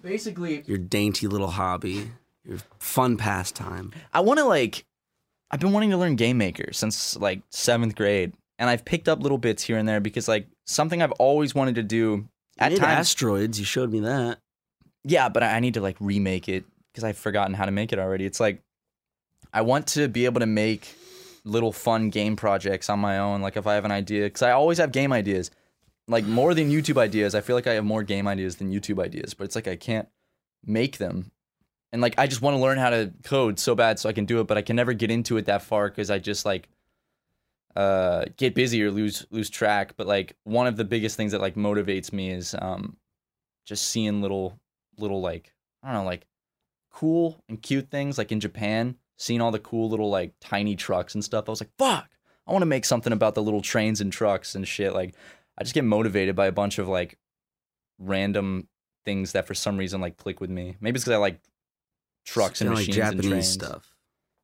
Speaker 2: basically,
Speaker 1: your dainty little hobby, your fun pastime.
Speaker 2: I want to like, I've been wanting to learn game maker since like seventh grade, and I've picked up little bits here and there because like something I've always wanted to do
Speaker 1: You
Speaker 2: at
Speaker 1: made
Speaker 2: times.
Speaker 1: asteroids. You showed me that.
Speaker 2: Yeah, but I I need to like remake it because I've forgotten how to make it already. It's like I want to be able to make little fun game projects on my own. Like if I have an idea, because I always have game ideas, like more than YouTube ideas. I feel like I have more game ideas than YouTube ideas, but it's like I can't make them. And like I just want to learn how to code so bad so I can do it, but I can never get into it that far because I just like uh get busy or lose lose track. But like one of the biggest things that like motivates me is um just seeing little little like I don't know, like cool and cute things. Like in Japan, seeing all the cool little like tiny trucks and stuff. I was like, fuck, I want to make something about the little trains and trucks and shit. Like I just get motivated by a bunch of like random things that for some reason like click with me. Maybe it's because I like trucks and
Speaker 1: Kinda
Speaker 2: machines
Speaker 1: like
Speaker 2: and trains.
Speaker 1: Japanese stuff.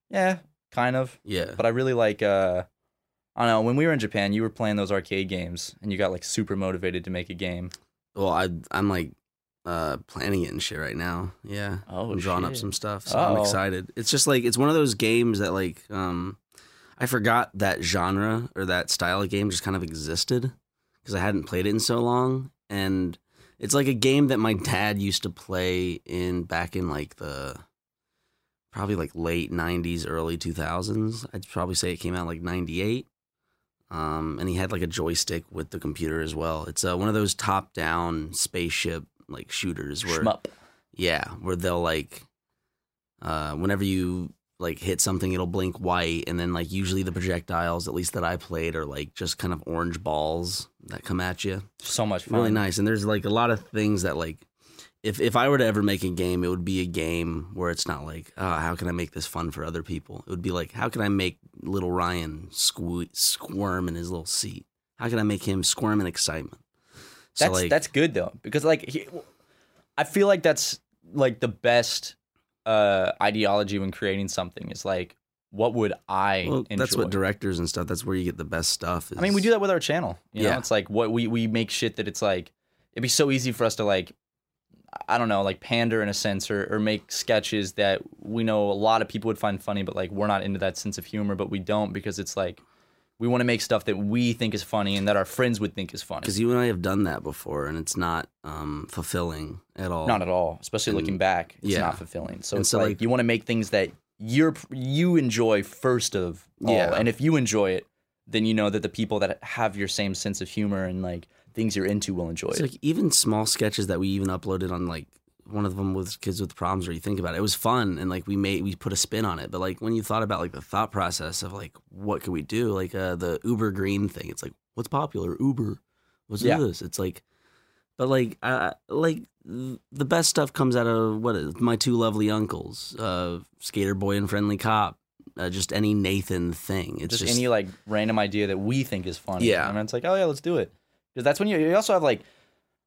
Speaker 2: Yeah, kind of.
Speaker 1: Yeah.
Speaker 2: But I really like uh I don't know, when we were in Japan, you were playing those arcade games and you got like super motivated to make a game.
Speaker 1: Well, I I'm like uh planning it and shit right now. Yeah.
Speaker 2: Oh,
Speaker 1: I'm drawing up
Speaker 2: shit. Oh.
Speaker 1: some stuff, so I'm
Speaker 2: Uh-oh.
Speaker 1: excited. It's just like it's one of those games that like um I forgot that genre or that style of game just kind of existed because I hadn't played it in so long and it's like a game that my dad used to play in back in like the probably like late 90s early 2000s i'd probably say it came out like 98 um, and he had like a joystick with the computer as well it's uh, one of those top down spaceship like shooters where
Speaker 2: Shmup.
Speaker 1: yeah where they'll like uh, whenever you like hit something it'll blink white and then like usually the projectiles at least that i played are like just kind of orange balls that come at you
Speaker 2: So much fun.
Speaker 1: really nice and there's like a lot of things that like if if i were to ever make a game it would be a game where it's not like oh, how can i make this fun for other people it would be like how can i make little ryan sque- squirm in his little seat how can i make him squirm in excitement so
Speaker 2: That's
Speaker 1: like
Speaker 2: that's good though because like he, I feel like that's like the best uh ideology when creating something is like what would I
Speaker 1: well,
Speaker 2: enjoy?
Speaker 1: that's what directors and stuff that's where you get the best stuff is,
Speaker 2: I mean, we do that with our channel. You know,
Speaker 1: Yeah.
Speaker 2: it's like what we we make shit that it's like it'd be so easy for us to like I don't know, like pander in a sense or, or make sketches that we know a lot of people would find funny, but like we're not into that sense of humor, but we don't because it's like we want to make stuff that we think is funny and that our friends would think is funny.
Speaker 1: because you and i have done that before and it's not um fulfilling at all
Speaker 2: Not at all, especially looking
Speaker 1: And-
Speaker 2: back. It's
Speaker 1: yeah.
Speaker 2: not fulfilling. So
Speaker 1: And
Speaker 2: it's
Speaker 1: so,
Speaker 2: like,
Speaker 1: like-
Speaker 2: you want to make things that you're you enjoy first of all,
Speaker 1: Yeah.
Speaker 2: and if you enjoy it, then you know that the people that have your same sense of humor and like things you're into will enjoy
Speaker 1: It's
Speaker 2: it.
Speaker 1: like even small sketches that we even uploaded on like one of them was kids with problems where you think about it. It was fun and like we made we put a spin on it. But like when you thought about like the thought process of like what could we do? Like uh the Uber Green thing. It's like what's popular? Uber. What's
Speaker 2: Yeah.
Speaker 1: this? It's like but like uh like th- the best stuff comes out of what is my two lovely uncles, uh Skater Boy and Friendly Cop, uh, just any Nathan thing. It's
Speaker 2: just,
Speaker 1: just,
Speaker 2: any like random idea that we think is funny.
Speaker 1: Yeah.
Speaker 2: and it's like, oh yeah, let's do it. Because that's when you you also have like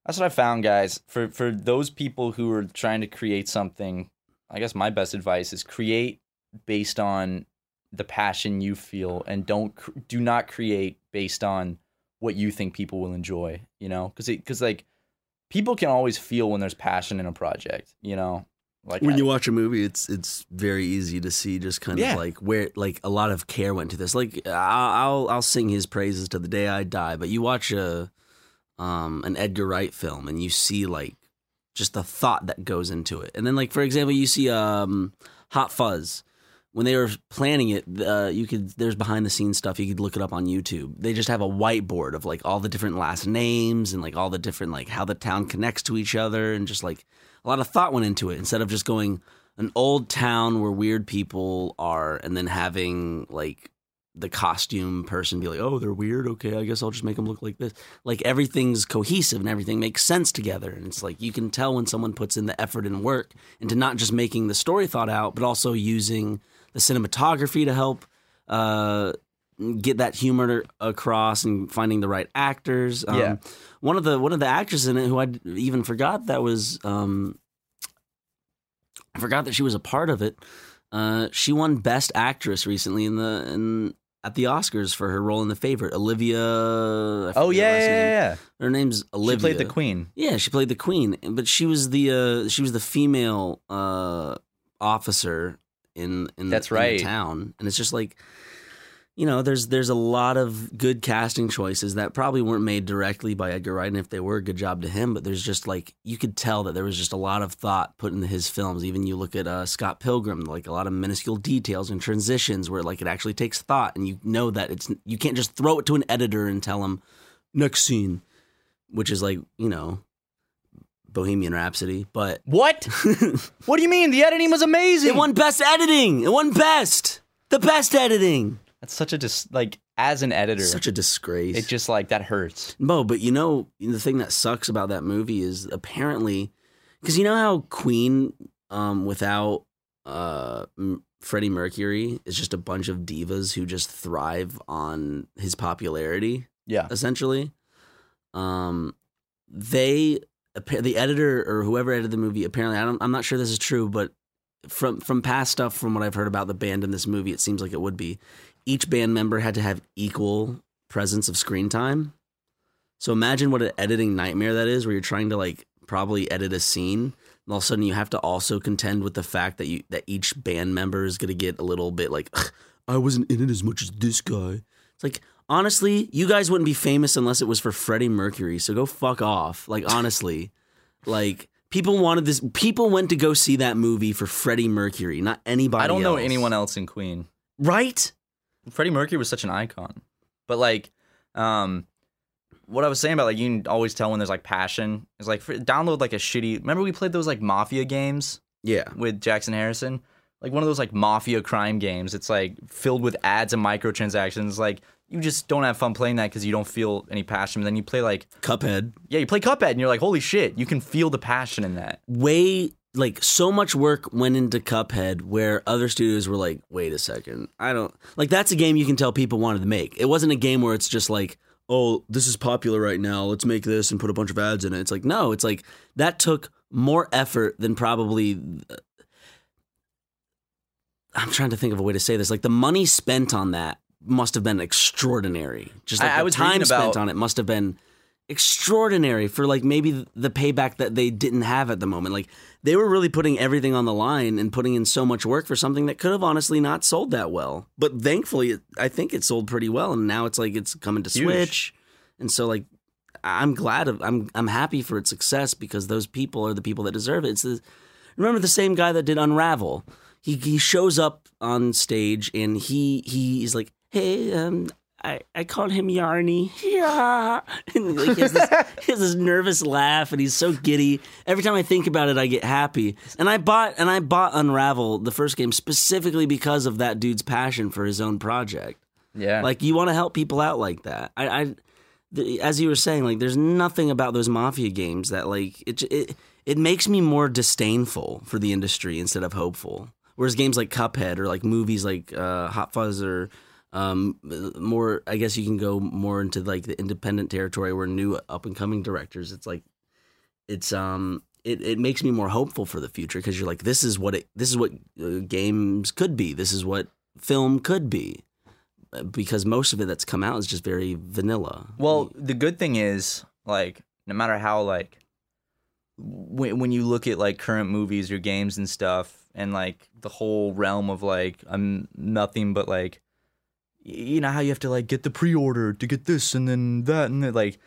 Speaker 2: That's what I found, guys. For for those people who are trying to create something, I guess my best advice is create based on the passion you feel, and don't cr- do not create based on what you think people will enjoy. You know, because because like people can always feel when there's passion in a project. You know, like
Speaker 1: when
Speaker 2: I-
Speaker 1: you watch a movie, it's it's very easy to see just kind
Speaker 2: Yeah.
Speaker 1: of like where like a lot of care went to this. Like I'll I'll, I'll sing his praises to the day I die, but you watch a um an Edgar Wright film and you see like just the thought that goes into it. And then like for example, you see um Hot Fuzz when they were planning it, uh, you could there's behind the scenes stuff. You could look it up on YouTube. They just have a whiteboard of like all the different last names and like all the different like how the town connects to each other and just like a lot of thought went into it instead of just going an old town where weird people are and then having like the costume person be like, oh, they're weird. Okay, I guess I'll just make them look like this. Like everything's cohesive and everything makes sense together. And it's like you can tell when someone puts in the effort and work into not just making the story thought out, but also using the cinematography to help uh, get that humor across and finding the right actors. Um,
Speaker 2: Yeah.
Speaker 1: One of the one of the actors in it who I even forgot that was um, I forgot that she was a part of it. Uh, she won Best Actress recently in the in at the Oscars for her role in The Favorite. Olivia. I forget
Speaker 2: oh
Speaker 1: her
Speaker 2: yeah,
Speaker 1: last
Speaker 2: yeah,
Speaker 1: name.
Speaker 2: yeah,
Speaker 1: Her name's
Speaker 2: yeah.
Speaker 1: Olivia.
Speaker 2: She played the queen.
Speaker 1: Yeah, she played the queen, but she was the uh, she was the female uh, officer in in,
Speaker 2: That's
Speaker 1: in
Speaker 2: right.
Speaker 1: the town, and it's just like you know, there's there's a lot of good casting choices that probably weren't made directly by Edgar Wright, and if they were, good job to him. But there's just like you could tell that there was just a lot of thought put into his films. Even you look at uh, Scott Pilgrim, like a lot of minuscule details and transitions where like it actually takes thought, and you know that it's you can't just throw it to an editor and tell him next scene, which is like you know. Bohemian Rhapsody, but
Speaker 2: What? what do you mean? The editing was amazing.
Speaker 1: it won best editing. It won best, the best editing.
Speaker 2: That's such a dis like as an editor.
Speaker 1: Such a disgrace.
Speaker 2: it just like that hurts.
Speaker 1: No, but you know the thing that sucks about that movie is apparently because you know how Queen um, without uh, M- Freddie Mercury is just a bunch of divas who just thrive on his popularity
Speaker 2: Yeah.
Speaker 1: essentially. Um, they appa- the editor or whoever edited the movie apparently I don't I'm not sure this is true, but from from past stuff from what I've heard about the band in this movie, it seems like it would be each band member had to have equal presence of screen time. So imagine what an editing nightmare that is, where you're trying to like probably edit a scene, and all of a sudden you have to also contend with the fact that you that each band member is going to get a little bit like, "Ugh, I wasn't in it as much as this guy. It's like honestly, you guys wouldn't be famous unless it was for Freddie Mercury. So go fuck off. Like honestly, like people wanted this. People went to go see that movie for Freddie Mercury, not anybody.
Speaker 2: I don't know
Speaker 1: else.
Speaker 2: anyone else in Queen.
Speaker 1: right?
Speaker 2: Freddie Mercury was such an icon. But like, um, what I was saying about like you can always tell when there's like passion is like for, download like a shitty. Remember we played those like mafia games
Speaker 1: Yeah.
Speaker 2: with Jackson Harrison, like one of those like mafia crime games. It's like filled with ads and microtransactions. Like you just don't have fun playing that because you don't feel any passion. And then you play like
Speaker 1: Cuphead.
Speaker 2: yeah, you play Cuphead and you're like holy shit, you can feel the passion in that.
Speaker 1: way like so much work went into Cuphead where other studios were like, wait a second, I don't like that's a game you can tell people wanted to make. It wasn't a game where it's just like, oh, this is popular right now, let's make this and put a bunch of ads in it. It's like, no, it's like that took more effort than probably uh, I'm trying to think of a way to say this. Like the money spent on that must have been extraordinary. Just like
Speaker 2: I- I
Speaker 1: the
Speaker 2: was
Speaker 1: time
Speaker 2: reading
Speaker 1: spent
Speaker 2: about-
Speaker 1: on it must have been extraordinary for like maybe the payback that they didn't have at the moment. Like they were really putting everything on the line and putting in so much work for something that could have honestly not sold that well. But thankfully, I think it sold pretty well, and now it's like it's coming to
Speaker 2: Huge.
Speaker 1: Switch, and so like I'm glad of I'm I'm happy for its success because those people are the people that deserve it. It's the, remember the same guy that did Unravel. He he shows up on stage and he he is like, hey, um, I I called him Yarny. Yeah, and like he has, this, he has this nervous laugh and he's so giddy. Every time I think about it, I get happy. And I bought and I bought Unravel the first game specifically because of that dude's passion for his own project.
Speaker 2: Yeah,
Speaker 1: Like you want to help people out like that. I, I the, as you were saying, like there's nothing about those mafia games that like it, j- it it makes me more disdainful for the industry instead of hopeful. Whereas games like Cuphead or like movies like uh, Hot Fuzz or um, more, I guess you can go more into like the independent territory where new up and coming directors. It's like it's um it, it makes me more hopeful for the future because you're like this is what it this is what uh, games could be this is what film could be Uh, because most of it that's come out is just very vanilla
Speaker 2: Well, the good thing is, like, no matter how, like, when, when you look at, like, current movies or games and stuff, and, like, the whole realm of, like, I'm nothing but, like, y- you know how you have to, like, get the pre order to get this and then that, and then, like,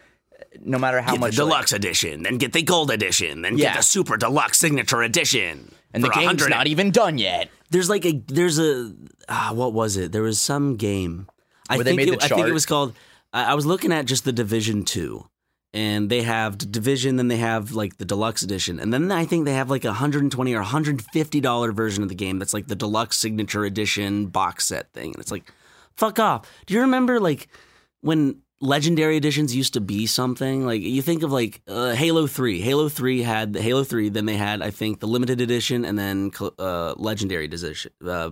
Speaker 2: no matter how
Speaker 1: get
Speaker 2: much.
Speaker 1: the
Speaker 2: like-
Speaker 1: deluxe edition then get the gold edition then
Speaker 2: Yeah.
Speaker 1: get the super deluxe signature edition
Speaker 2: and the
Speaker 1: for
Speaker 2: game's
Speaker 1: 100
Speaker 2: not even done yet.
Speaker 1: There's like a there's a ah, what was it? There was some game. I
Speaker 2: Where they
Speaker 1: think
Speaker 2: made
Speaker 1: it,
Speaker 2: the
Speaker 1: I think it
Speaker 2: chart?
Speaker 1: was called. I, I was looking at just the Division Two, and they have the Division, then they have like the deluxe edition, and then I think they have like a hundred and twenty or hundred fifty dollar version of the game that's like the deluxe signature edition box set thing, and it's like, fuck off. Do you remember like when? Legendary editions used to be something like you think of like uh, Halo Three. Halo Three had the Halo Three, then they had I think the limited edition and then cl- uh, legendary edition. Uh,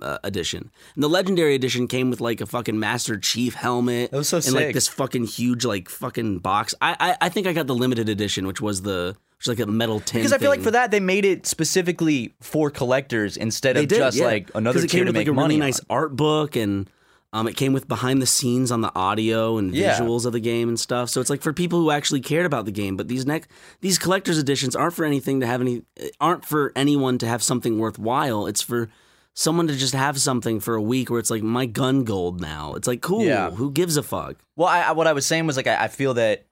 Speaker 1: uh, edition. And the legendary edition came with like a fucking Master Chief helmet.
Speaker 2: That was so
Speaker 1: and like
Speaker 2: sick.
Speaker 1: this fucking huge like fucking box. I I, I think I got the limited edition, which was the which was like a metal tin.
Speaker 2: Because I feel like
Speaker 1: thing.
Speaker 2: for that, they made it specifically for collectors instead
Speaker 1: they
Speaker 2: of
Speaker 1: did,
Speaker 2: just,
Speaker 1: yeah.
Speaker 2: like, another
Speaker 1: 'Cause it
Speaker 2: tier
Speaker 1: came
Speaker 2: to
Speaker 1: with
Speaker 2: make
Speaker 1: like a
Speaker 2: money.
Speaker 1: really
Speaker 2: on.
Speaker 1: nice art book and. Um, it came with behind the scenes on the audio and
Speaker 2: Yeah.
Speaker 1: visuals of the game and stuff. So it's like for people who actually cared about the game. But these next these collectors editions aren't for anything to have any aren't for anyone to have something worthwhile. It's for someone to just have something for a week where it's like my gun gold now. It's like cool.
Speaker 2: Yeah.
Speaker 1: Who gives a fuck?
Speaker 2: Well, I, I, what I was saying was like I, I feel that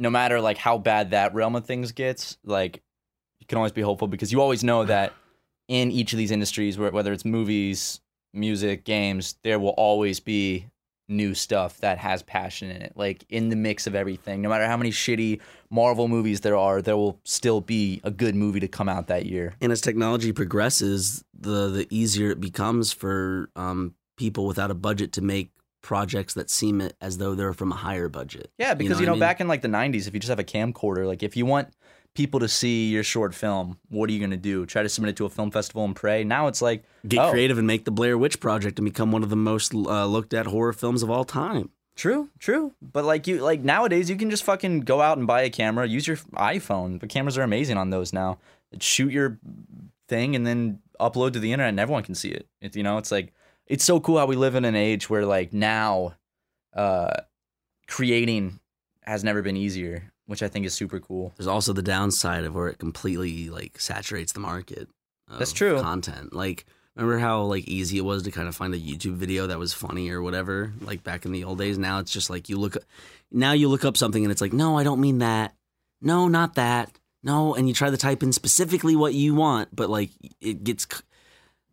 Speaker 2: no matter like how bad that realm of things gets, like you can always be hopeful because you always know that in each of these industries, where, whether it's movies, music, games, there will always be new stuff that has passion in it. Like in the mix of everything, no matter how many shitty Marvel movies there are, there will still be a good movie to come out that year.
Speaker 1: and as technology progresses, the the easier it becomes for um, people without a budget to make projects that seem a- as though they're from a higher budget.
Speaker 2: Yeah, because you
Speaker 1: what I
Speaker 2: know,
Speaker 1: mean?
Speaker 2: back in like the '90s, if you just have a camcorder, like if you want people to see your short film, what are you gonna do? Try to submit it to a film festival and pray. Now it's like
Speaker 1: get
Speaker 2: oh,
Speaker 1: creative and make the Blair Witch Project and become one of the most uh, looked at horror films of all time.
Speaker 2: True, true. But like you, like nowadays, you can just fucking go out and buy a camera. Use your iPhone. The cameras are amazing on those now. Shoot your thing and then upload to the internet, and everyone can see it. it you know, it's like it's so cool how we live in an age where like now, uh, creating has never been easier, which I think is super cool.
Speaker 1: There's also the downside of where it completely like saturates the market. of
Speaker 2: That's true.
Speaker 1: Content like remember how like easy it was to kind of find a YouTube video that was funny or whatever like back in the old days. Now it's just like you look now you look up something and it's like no, I don't mean that. No, not that. No, and you try to type in specifically what you want, but like it gets c-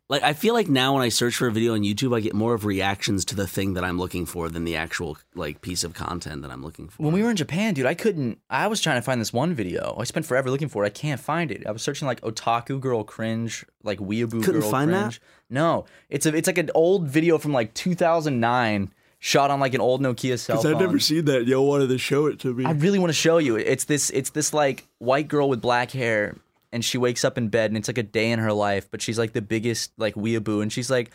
Speaker 1: like I feel like now when I search for a video on YouTube, I get more of reactions to the thing that I'm looking for than the actual like piece of content that I'm looking for.
Speaker 2: When we were in Japan, dude, I couldn't. I was trying to find this one video. I spent forever looking for it. I can't find it. I was searching like otaku girl cringe, like weeaboo
Speaker 1: Couldn't
Speaker 2: girl
Speaker 1: find that?
Speaker 2: cringe. No, it's a it's like an old video from like 2009, shot on like an old Nokia cell phone.
Speaker 1: seen that. Yo wanted to show it to me.
Speaker 2: I really want to show you. It's this. It's this like white girl with black hair, and she wakes up in bed, and it's like a day in her life. But she's like the biggest like weeaboo, and she's like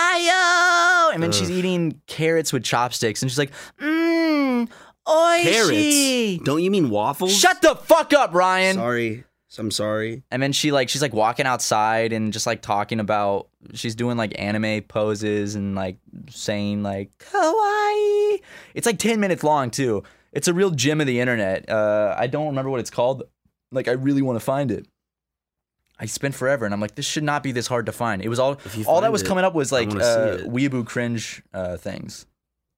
Speaker 2: Ohio, and then she's eating carrots with chopsticks, and she's like, mmm, oishi.
Speaker 1: Carrots? Don't you mean waffles?
Speaker 2: Shut the fuck up, Ryan.
Speaker 1: Sorry, I'm sorry.
Speaker 2: And then she like she's like walking outside and just like talking about she's doing like anime poses and like saying like kawaii. It's like ten minutes long too. It's a real gem of the internet. Uh, I don't remember what it's called. Like I really want to find it. I spent forever and I'm like this should not be this hard to find. It was all
Speaker 1: If you
Speaker 2: all that
Speaker 1: find
Speaker 2: was
Speaker 1: it,
Speaker 2: coming up was
Speaker 1: I
Speaker 2: like
Speaker 1: wanna
Speaker 2: uh,
Speaker 1: see it.
Speaker 2: weeaboo cringe uh, things.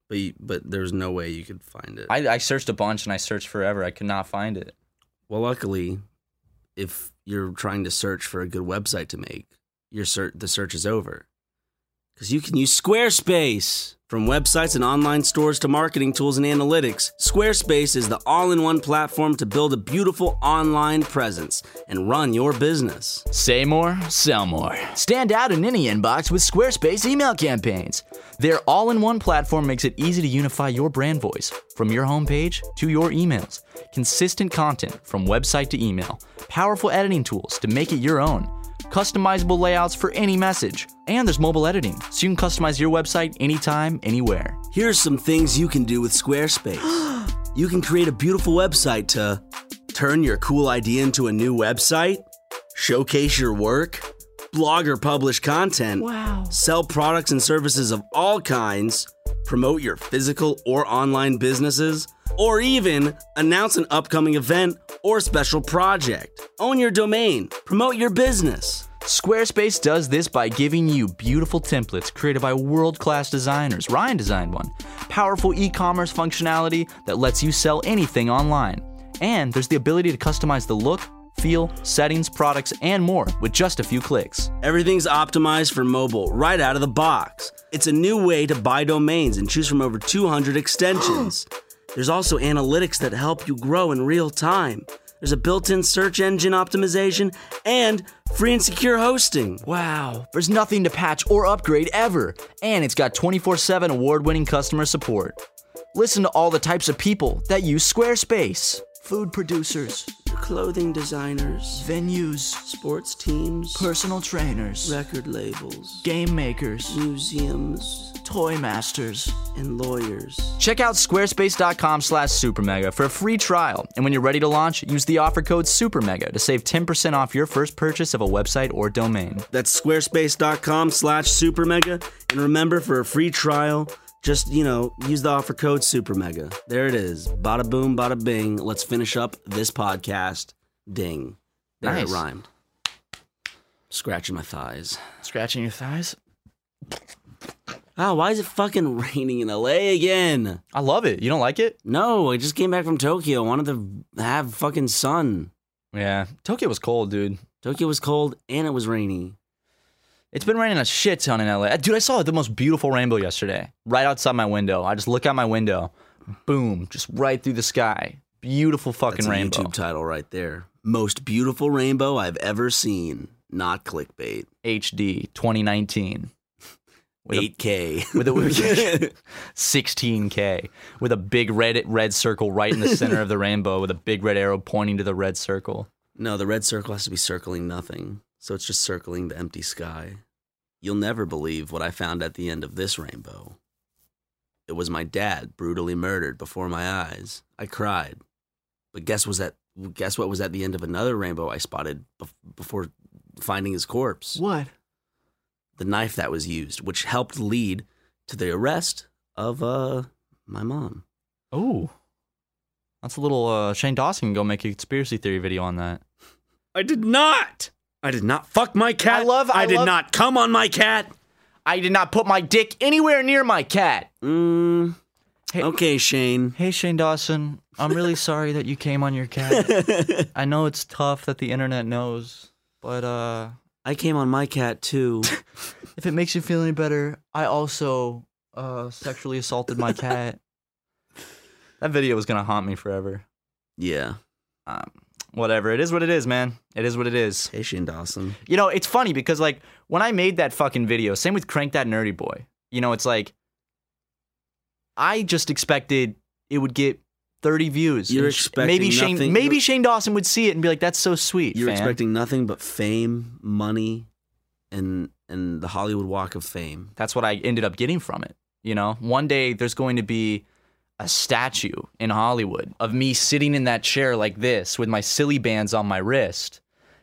Speaker 1: But you, but there's no way you could find it.
Speaker 2: I, I searched a bunch and I searched forever. I could not find it.
Speaker 1: well, luckily, if you're trying to search for a good website to make, your search the search is over. Because you can use Squarespace. From websites and online stores to marketing tools and analytics, Squarespace is the all in one platform to build a beautiful online presence and run your business.
Speaker 2: Say more, sell more. Stand out in any inbox with Squarespace email campaigns. Their all in one platform makes it easy to unify your brand voice from your homepage to your emails. Consistent content from website to email, powerful editing tools to make it your own, customizable layouts for any message, and there's mobile editing so you can customize your website anytime, anywhere.
Speaker 1: Here's some things you can do with Squarespace. you can create a beautiful website to Turn your cool idea into a new website, showcase your work, blog or publish content,
Speaker 9: Wow.
Speaker 1: sell products and services of all kinds, promote your physical or online businesses, or even announce an upcoming event or special project. Own your domain, promote your business.
Speaker 2: Squarespace does this by giving you beautiful templates created by world class designers. Ryan designed one. Powerful e commerce functionality that lets you sell anything online. And there's the ability to customize the look, feel, settings, products, and more with just a few clicks.
Speaker 1: Everything's optimized for mobile right out of the box. It's a new way to buy domains and choose from over 200 extensions. There's also analytics that help you grow in real time. There's a built in search engine optimization and free and secure hosting.
Speaker 2: Wow, there's nothing to patch or upgrade ever. And it's got 24 7 award winning customer support. Listen to all the types of people that use Squarespace food producers,
Speaker 1: clothing designers,
Speaker 2: venues,
Speaker 1: sports teams,
Speaker 2: personal trainers,
Speaker 1: record labels,
Speaker 2: game makers,
Speaker 1: museums,
Speaker 2: toy masters,
Speaker 1: and lawyers.
Speaker 2: Check out squarespace.com slash supermega for a free trial. And when you're ready to launch, use the offer code supermega to save 10% off your first purchase of a website or domain.
Speaker 1: That's squarespace.com slash supermega. And remember, for a free trial, just, you know, use the offer code supermega. There it is. Bada boom, bada bing. Let's finish up this podcast. Ding. There
Speaker 2: Nice.
Speaker 1: it rhymed. Scratching my thighs.
Speaker 2: Scratching your thighs?
Speaker 1: Oh, why is it fucking raining in LA again?
Speaker 2: I love it. You don't like it?
Speaker 1: No, I just came back from Tokyo. Wanted to have fucking sun.
Speaker 2: Yeah. Tokyo was cold, dude.
Speaker 1: Tokyo was cold and it was rainy.
Speaker 2: It's been raining a shit ton in LA. Dude, I saw the most beautiful rainbow yesterday, right outside my window. I just look out my window, boom, just right through the sky. Beautiful fucking
Speaker 1: That's a
Speaker 2: rainbow.
Speaker 1: YouTube title right there. Most beautiful rainbow I've ever seen. Not clickbait.
Speaker 2: HD 2019. With a-
Speaker 1: 8K.
Speaker 2: with a 16k with a big red red circle right in the center of the rainbow with a big red arrow pointing to the red circle.
Speaker 1: no, the red circle has to be circling nothing. So it's just circling the empty sky. You'll never believe what I found at the end of this rainbow. It was my dad brutally murdered before my eyes. I cried. But guess was that guess what was at the end of another rainbow I spotted bef- before finding his corpse?
Speaker 2: What?
Speaker 1: the knife that was used, which helped lead to the arrest of uh my mom.
Speaker 2: Oh. That's a little uh, Shane Dawson can go make a conspiracy theory video on that.
Speaker 1: I did not. I did not fuck my cat.
Speaker 2: I love- I
Speaker 1: did
Speaker 2: love-
Speaker 1: not come on my cat.
Speaker 2: I did not put my dick anywhere near my cat.
Speaker 1: Mm,
Speaker 2: Hey-
Speaker 1: okay, Shane.
Speaker 2: Hey Shane Dawson, I'm really sorry that you came on your cat. I know it's tough that the internet knows, but uh
Speaker 1: I came on my cat too.
Speaker 2: if it makes you feel any better, I also uh, sexually assaulted my cat. that video was gonna haunt me forever.
Speaker 1: yeah.
Speaker 2: Um, whatever. It is what it is, man. It is what it is.
Speaker 1: Hey, Shane Dawson.
Speaker 2: You know, it's funny because like when I made that fucking video, same with Crank That Nerdy Boy. You know, it's like I just expected it would get 30 views.
Speaker 1: You're
Speaker 2: And sh-
Speaker 1: expecting
Speaker 2: maybe
Speaker 1: nothing-
Speaker 2: Shane maybe
Speaker 1: you're-
Speaker 2: Shane Dawson would see it and be like, "That's so sweet."
Speaker 1: You're
Speaker 2: fam."
Speaker 1: expecting nothing but fame, money, and and the Hollywood Walk of Fame.
Speaker 2: That's what I ended up getting from it. You know, one day there's going to be a statue in Hollywood of me sitting in that chair like this with my silly bands on my wrist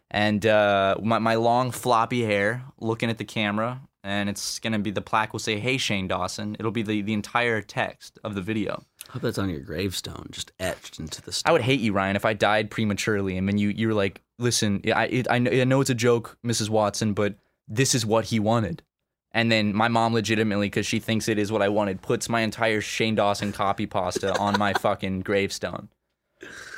Speaker 2: and uh, my, my long floppy hair looking at the camera. And it's going to be the plaque will say, Hey, Shane Dawson. It'll be the, the entire text of the video.
Speaker 1: I hope that's on your gravestone, just etched into the
Speaker 2: I
Speaker 1: stone.
Speaker 2: would hate you, Ryan, if I died prematurely and then you, you were like, Listen, I, it, I, know, I know it's a joke, Mrs. Watson, but this is what he wanted. And then my mom legitimately, because she thinks it is what I wanted, puts my entire Shane Dawson copy pasta on my fucking gravestone.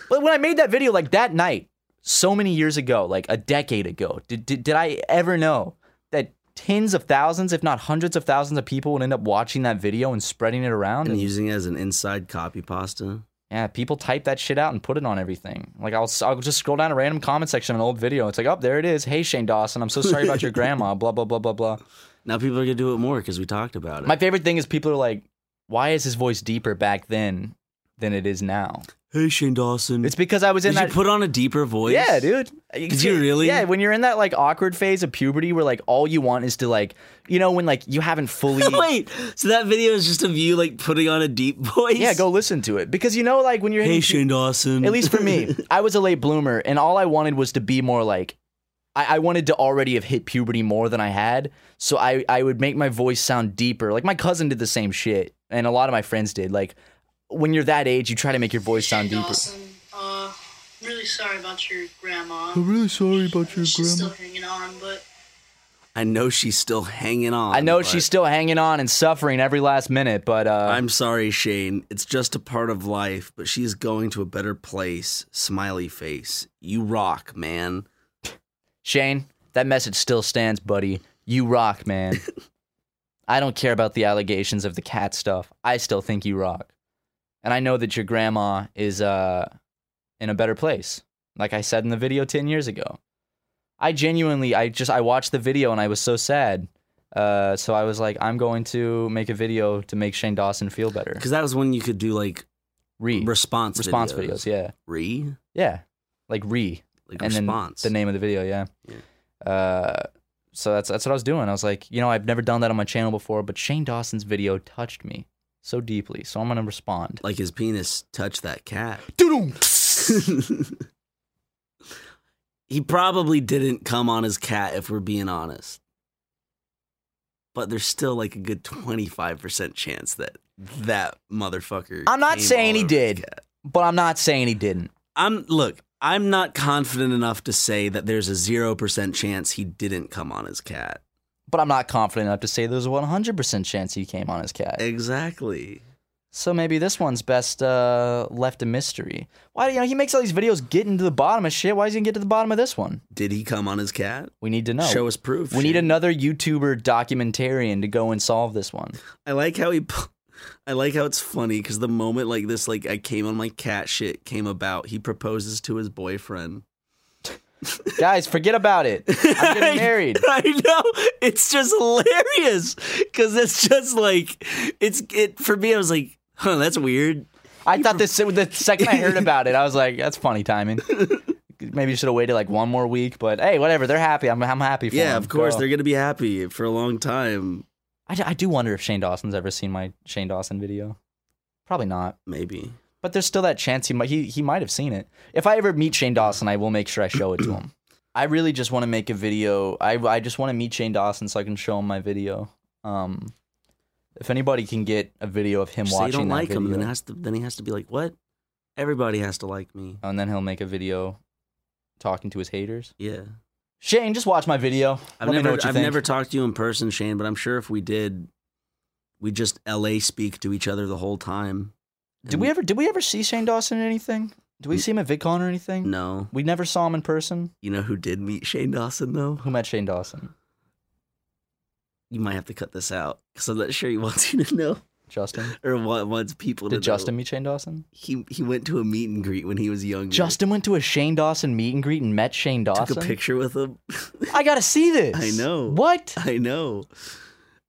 Speaker 2: But when I made that video, like that night, so many years ago, like a decade ago, did, did, did I ever know that tens of thousands, if not hundreds of thousands of people would end up watching that video and spreading it around?
Speaker 1: and
Speaker 2: And
Speaker 1: using it as an inside copy pasta.
Speaker 2: yeah, people type that shit out and put it on everything. Like I'll, I'll just scroll down a random comment section of an old video. It's like, oh, there it is. Hey, Shane Dawson, I'm so sorry about your grandma, blah, blah, blah, blah, blah.
Speaker 1: Now people are gonna do it more because we talked about it.
Speaker 2: My favorite thing is people are like, why is his voice deeper back then? than it is now.
Speaker 1: Hey, Shane Dawson.
Speaker 2: It's because I was in
Speaker 1: Did
Speaker 2: that.
Speaker 1: you put on a deeper voice?
Speaker 2: Yeah, dude.
Speaker 1: Did you really?
Speaker 2: Yeah, when you're in that like awkward phase of puberty where like all you want is to like, you know, when like you haven't fully.
Speaker 1: Wait, so that video is just of you like putting on a deep voice?
Speaker 2: Yeah, go listen to it because you know, like when you're
Speaker 1: Hey,
Speaker 2: hitting
Speaker 1: Shane Dawson.
Speaker 2: At least for me, I was a late bloomer, and all I wanted was to be more like. I, I wanted to already have hit puberty more than I had, so I I would make my voice sound deeper. Like my cousin did the same shit, and a lot of my friends did. Like when you're that age, you try to make your voice sound deeper.
Speaker 10: Dawson, uh, really sorry about your grandma.
Speaker 2: really sorry about your
Speaker 10: She's still hanging on, but
Speaker 1: I know she's still hanging on.
Speaker 2: I know
Speaker 1: but
Speaker 2: she's still hanging on and suffering every last minute, but uh,
Speaker 1: I'm sorry, Shane. It's just a part of life, but she's going to a better place. Smiley face. You rock, man.
Speaker 2: Shane, that message still stands, buddy. You rock, man. I don't care about the allegations of the cat stuff. I still think you rock. And I know that your grandma is uh in a better place. Like I said in the video 10 years ago. I genuinely I just I watched the video and I was so sad. Uh so I was like I'm going to make a video to make Shane Dawson feel better.
Speaker 1: Because that was when you could do like
Speaker 2: Re
Speaker 1: response
Speaker 2: response
Speaker 1: videos.
Speaker 2: videos, yeah.
Speaker 1: Re?
Speaker 2: Yeah. Like re
Speaker 1: Like
Speaker 2: and
Speaker 1: response.
Speaker 2: then the name of the video, yeah. Uh, so that's that's what I was doing. I was like, you know, I've never done that on my channel before, but Shane Dawson's video touched me so deeply, so I'm gonna respond.
Speaker 1: like his penis touched that cat. he probably didn't come on his cat if we're being honest. But there's still like a good 25% chance that that motherfucker.
Speaker 2: I'm not
Speaker 1: came all
Speaker 2: saying he
Speaker 1: over his
Speaker 2: did,
Speaker 1: cat.
Speaker 2: but I'm not saying he didn't.
Speaker 1: I'm look, I'm not confident enough to say that there's a 0% chance he didn't come on his cat.
Speaker 2: But I'm not confident enough to say there's a 100% chance he came on his cat.
Speaker 1: Exactly.
Speaker 2: So maybe this one's best uh, left a mystery. Why you know he makes all these videos getting to the bottom of shit? Why is he gonna get to the bottom of this one?
Speaker 1: Did he come on his cat?
Speaker 2: We need to know.
Speaker 1: Show us proof.
Speaker 2: we need
Speaker 1: Shane.
Speaker 2: another YouTuber documentarian to go and solve this one.
Speaker 1: I like how he. pu- I like how it's funny because the moment like this, like I came on my cat shit came about, he proposes to his boyfriend.
Speaker 2: Guys, forget about it. I'm getting married.
Speaker 1: I know it's just hilarious because it's just like it's it for me. I was like, huh, that's weird.
Speaker 2: I thought this the second I heard about it, I was like, that's funny timing. Maybe you should have waited like one more week, but hey, whatever. They're happy. I'm, I'm happy for
Speaker 1: yeah,
Speaker 2: them.
Speaker 1: of course
Speaker 2: Go.
Speaker 1: they're gonna be happy for a long time.
Speaker 2: I, do- I do wonder if Shane Dawson's ever seen my Shane Dawson video. Probably not.
Speaker 1: Maybe
Speaker 2: But there's still that chance he might he, he might have seen it. If I ever meet Shane Dawson, I will make sure I show it to him. I really just want to make a video. I I just want to meet Shane Dawson so I can show him my video. Um, if anybody can get a video of him
Speaker 1: Just say
Speaker 2: watching
Speaker 1: you don't
Speaker 2: that
Speaker 1: like him, and
Speaker 2: video-
Speaker 1: then it has to then he has to be like, what? Everybody has to like me.
Speaker 2: Uh, and then he'll make a video talking to his haters.
Speaker 1: Yeah.
Speaker 2: Shane, just watch my video.
Speaker 1: I've
Speaker 2: Let me know
Speaker 1: never
Speaker 2: what you
Speaker 1: I've
Speaker 2: think.
Speaker 1: never talked to you in person, Shane, but I'm sure if we did, we just LA speak to each other the whole time.
Speaker 2: Did we ever? Did we ever see Shane Dawson in anything? Did we see him at VidCon or anything?
Speaker 1: No.
Speaker 2: We never saw him in person.
Speaker 1: You know who did meet Shane Dawson though?
Speaker 2: Who met Shane Dawson?
Speaker 1: You might have to cut this out because I'm not sure he wants you to know
Speaker 2: Justin.
Speaker 1: or wa- wants people to
Speaker 2: Did
Speaker 1: know.
Speaker 2: Justin meet Shane Dawson?
Speaker 1: He he went to a meet and greet when he was younger.
Speaker 2: Justin went to a Shane Dawson meet and greet and met Shane
Speaker 1: took
Speaker 2: Dawson.
Speaker 1: a picture with him.
Speaker 2: I gotta see this.
Speaker 1: I know.
Speaker 2: What?
Speaker 1: I know.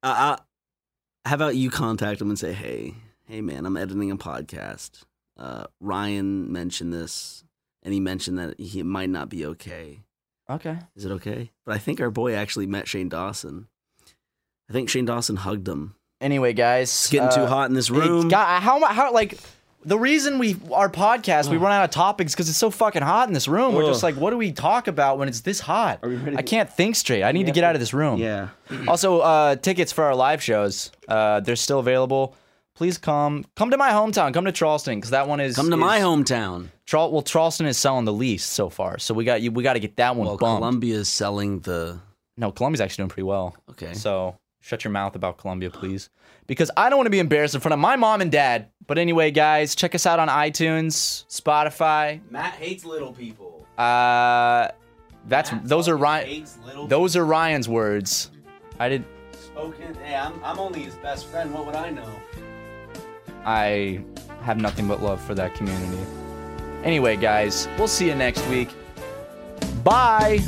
Speaker 1: Uh, I, how about you contact him and say, "Hey, hey, man, I'm editing a podcast. Uh, Ryan mentioned this, and he mentioned that he might not be okay.
Speaker 2: Okay.
Speaker 1: Is it okay? But I think our boy actually met Shane Dawson. I think Shane Dawson hugged him.
Speaker 2: Anyway, guys,
Speaker 1: It's getting too
Speaker 2: uh,
Speaker 1: hot in this
Speaker 2: It's
Speaker 1: room.
Speaker 2: got- how mu- how like the reason we our podcast we run out of topics because it's so fucking hot in this room. We're just
Speaker 1: Ugh.
Speaker 2: like, what do we talk about when it's this hot? I can't think straight. I need to get out of this room.
Speaker 1: yeah,
Speaker 2: Also, uh, tickets for our live shows uh, they're still available. Please come come to my hometown. Come to Charleston because that one is
Speaker 1: come to
Speaker 2: is-
Speaker 1: my hometown.
Speaker 2: Charl- well, Charleston is selling the least so far, so we got you. We got to get that one
Speaker 1: Well,
Speaker 2: bumped.
Speaker 1: Columbia's selling the.
Speaker 2: no, Columbia's actually doing pretty well.
Speaker 1: Okay.
Speaker 2: So shut your mouth about Columbia, please. Because I don't want to be embarrassed in front of my mom and dad. But anyway, guys, check us out on iTunes, Spotify.
Speaker 11: Matt hates little people.
Speaker 2: Uh that's
Speaker 11: Matt
Speaker 2: those are
Speaker 11: fucking
Speaker 2: Ryan
Speaker 11: hates little
Speaker 2: those are Ryan's words. I did
Speaker 11: Spoken. Hey, I'm, I'm only his best friend. What would I know?
Speaker 2: I have nothing but love for that community. Anyway, guys, we'll see you next week. Bye.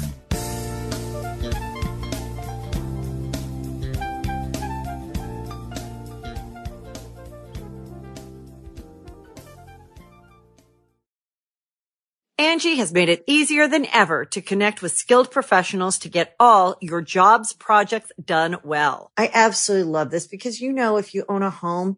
Speaker 3: Angie has made it easier than ever to connect with skilled professionals to get all your jobs projects done well. I absolutely love this because, you know, if you own a home,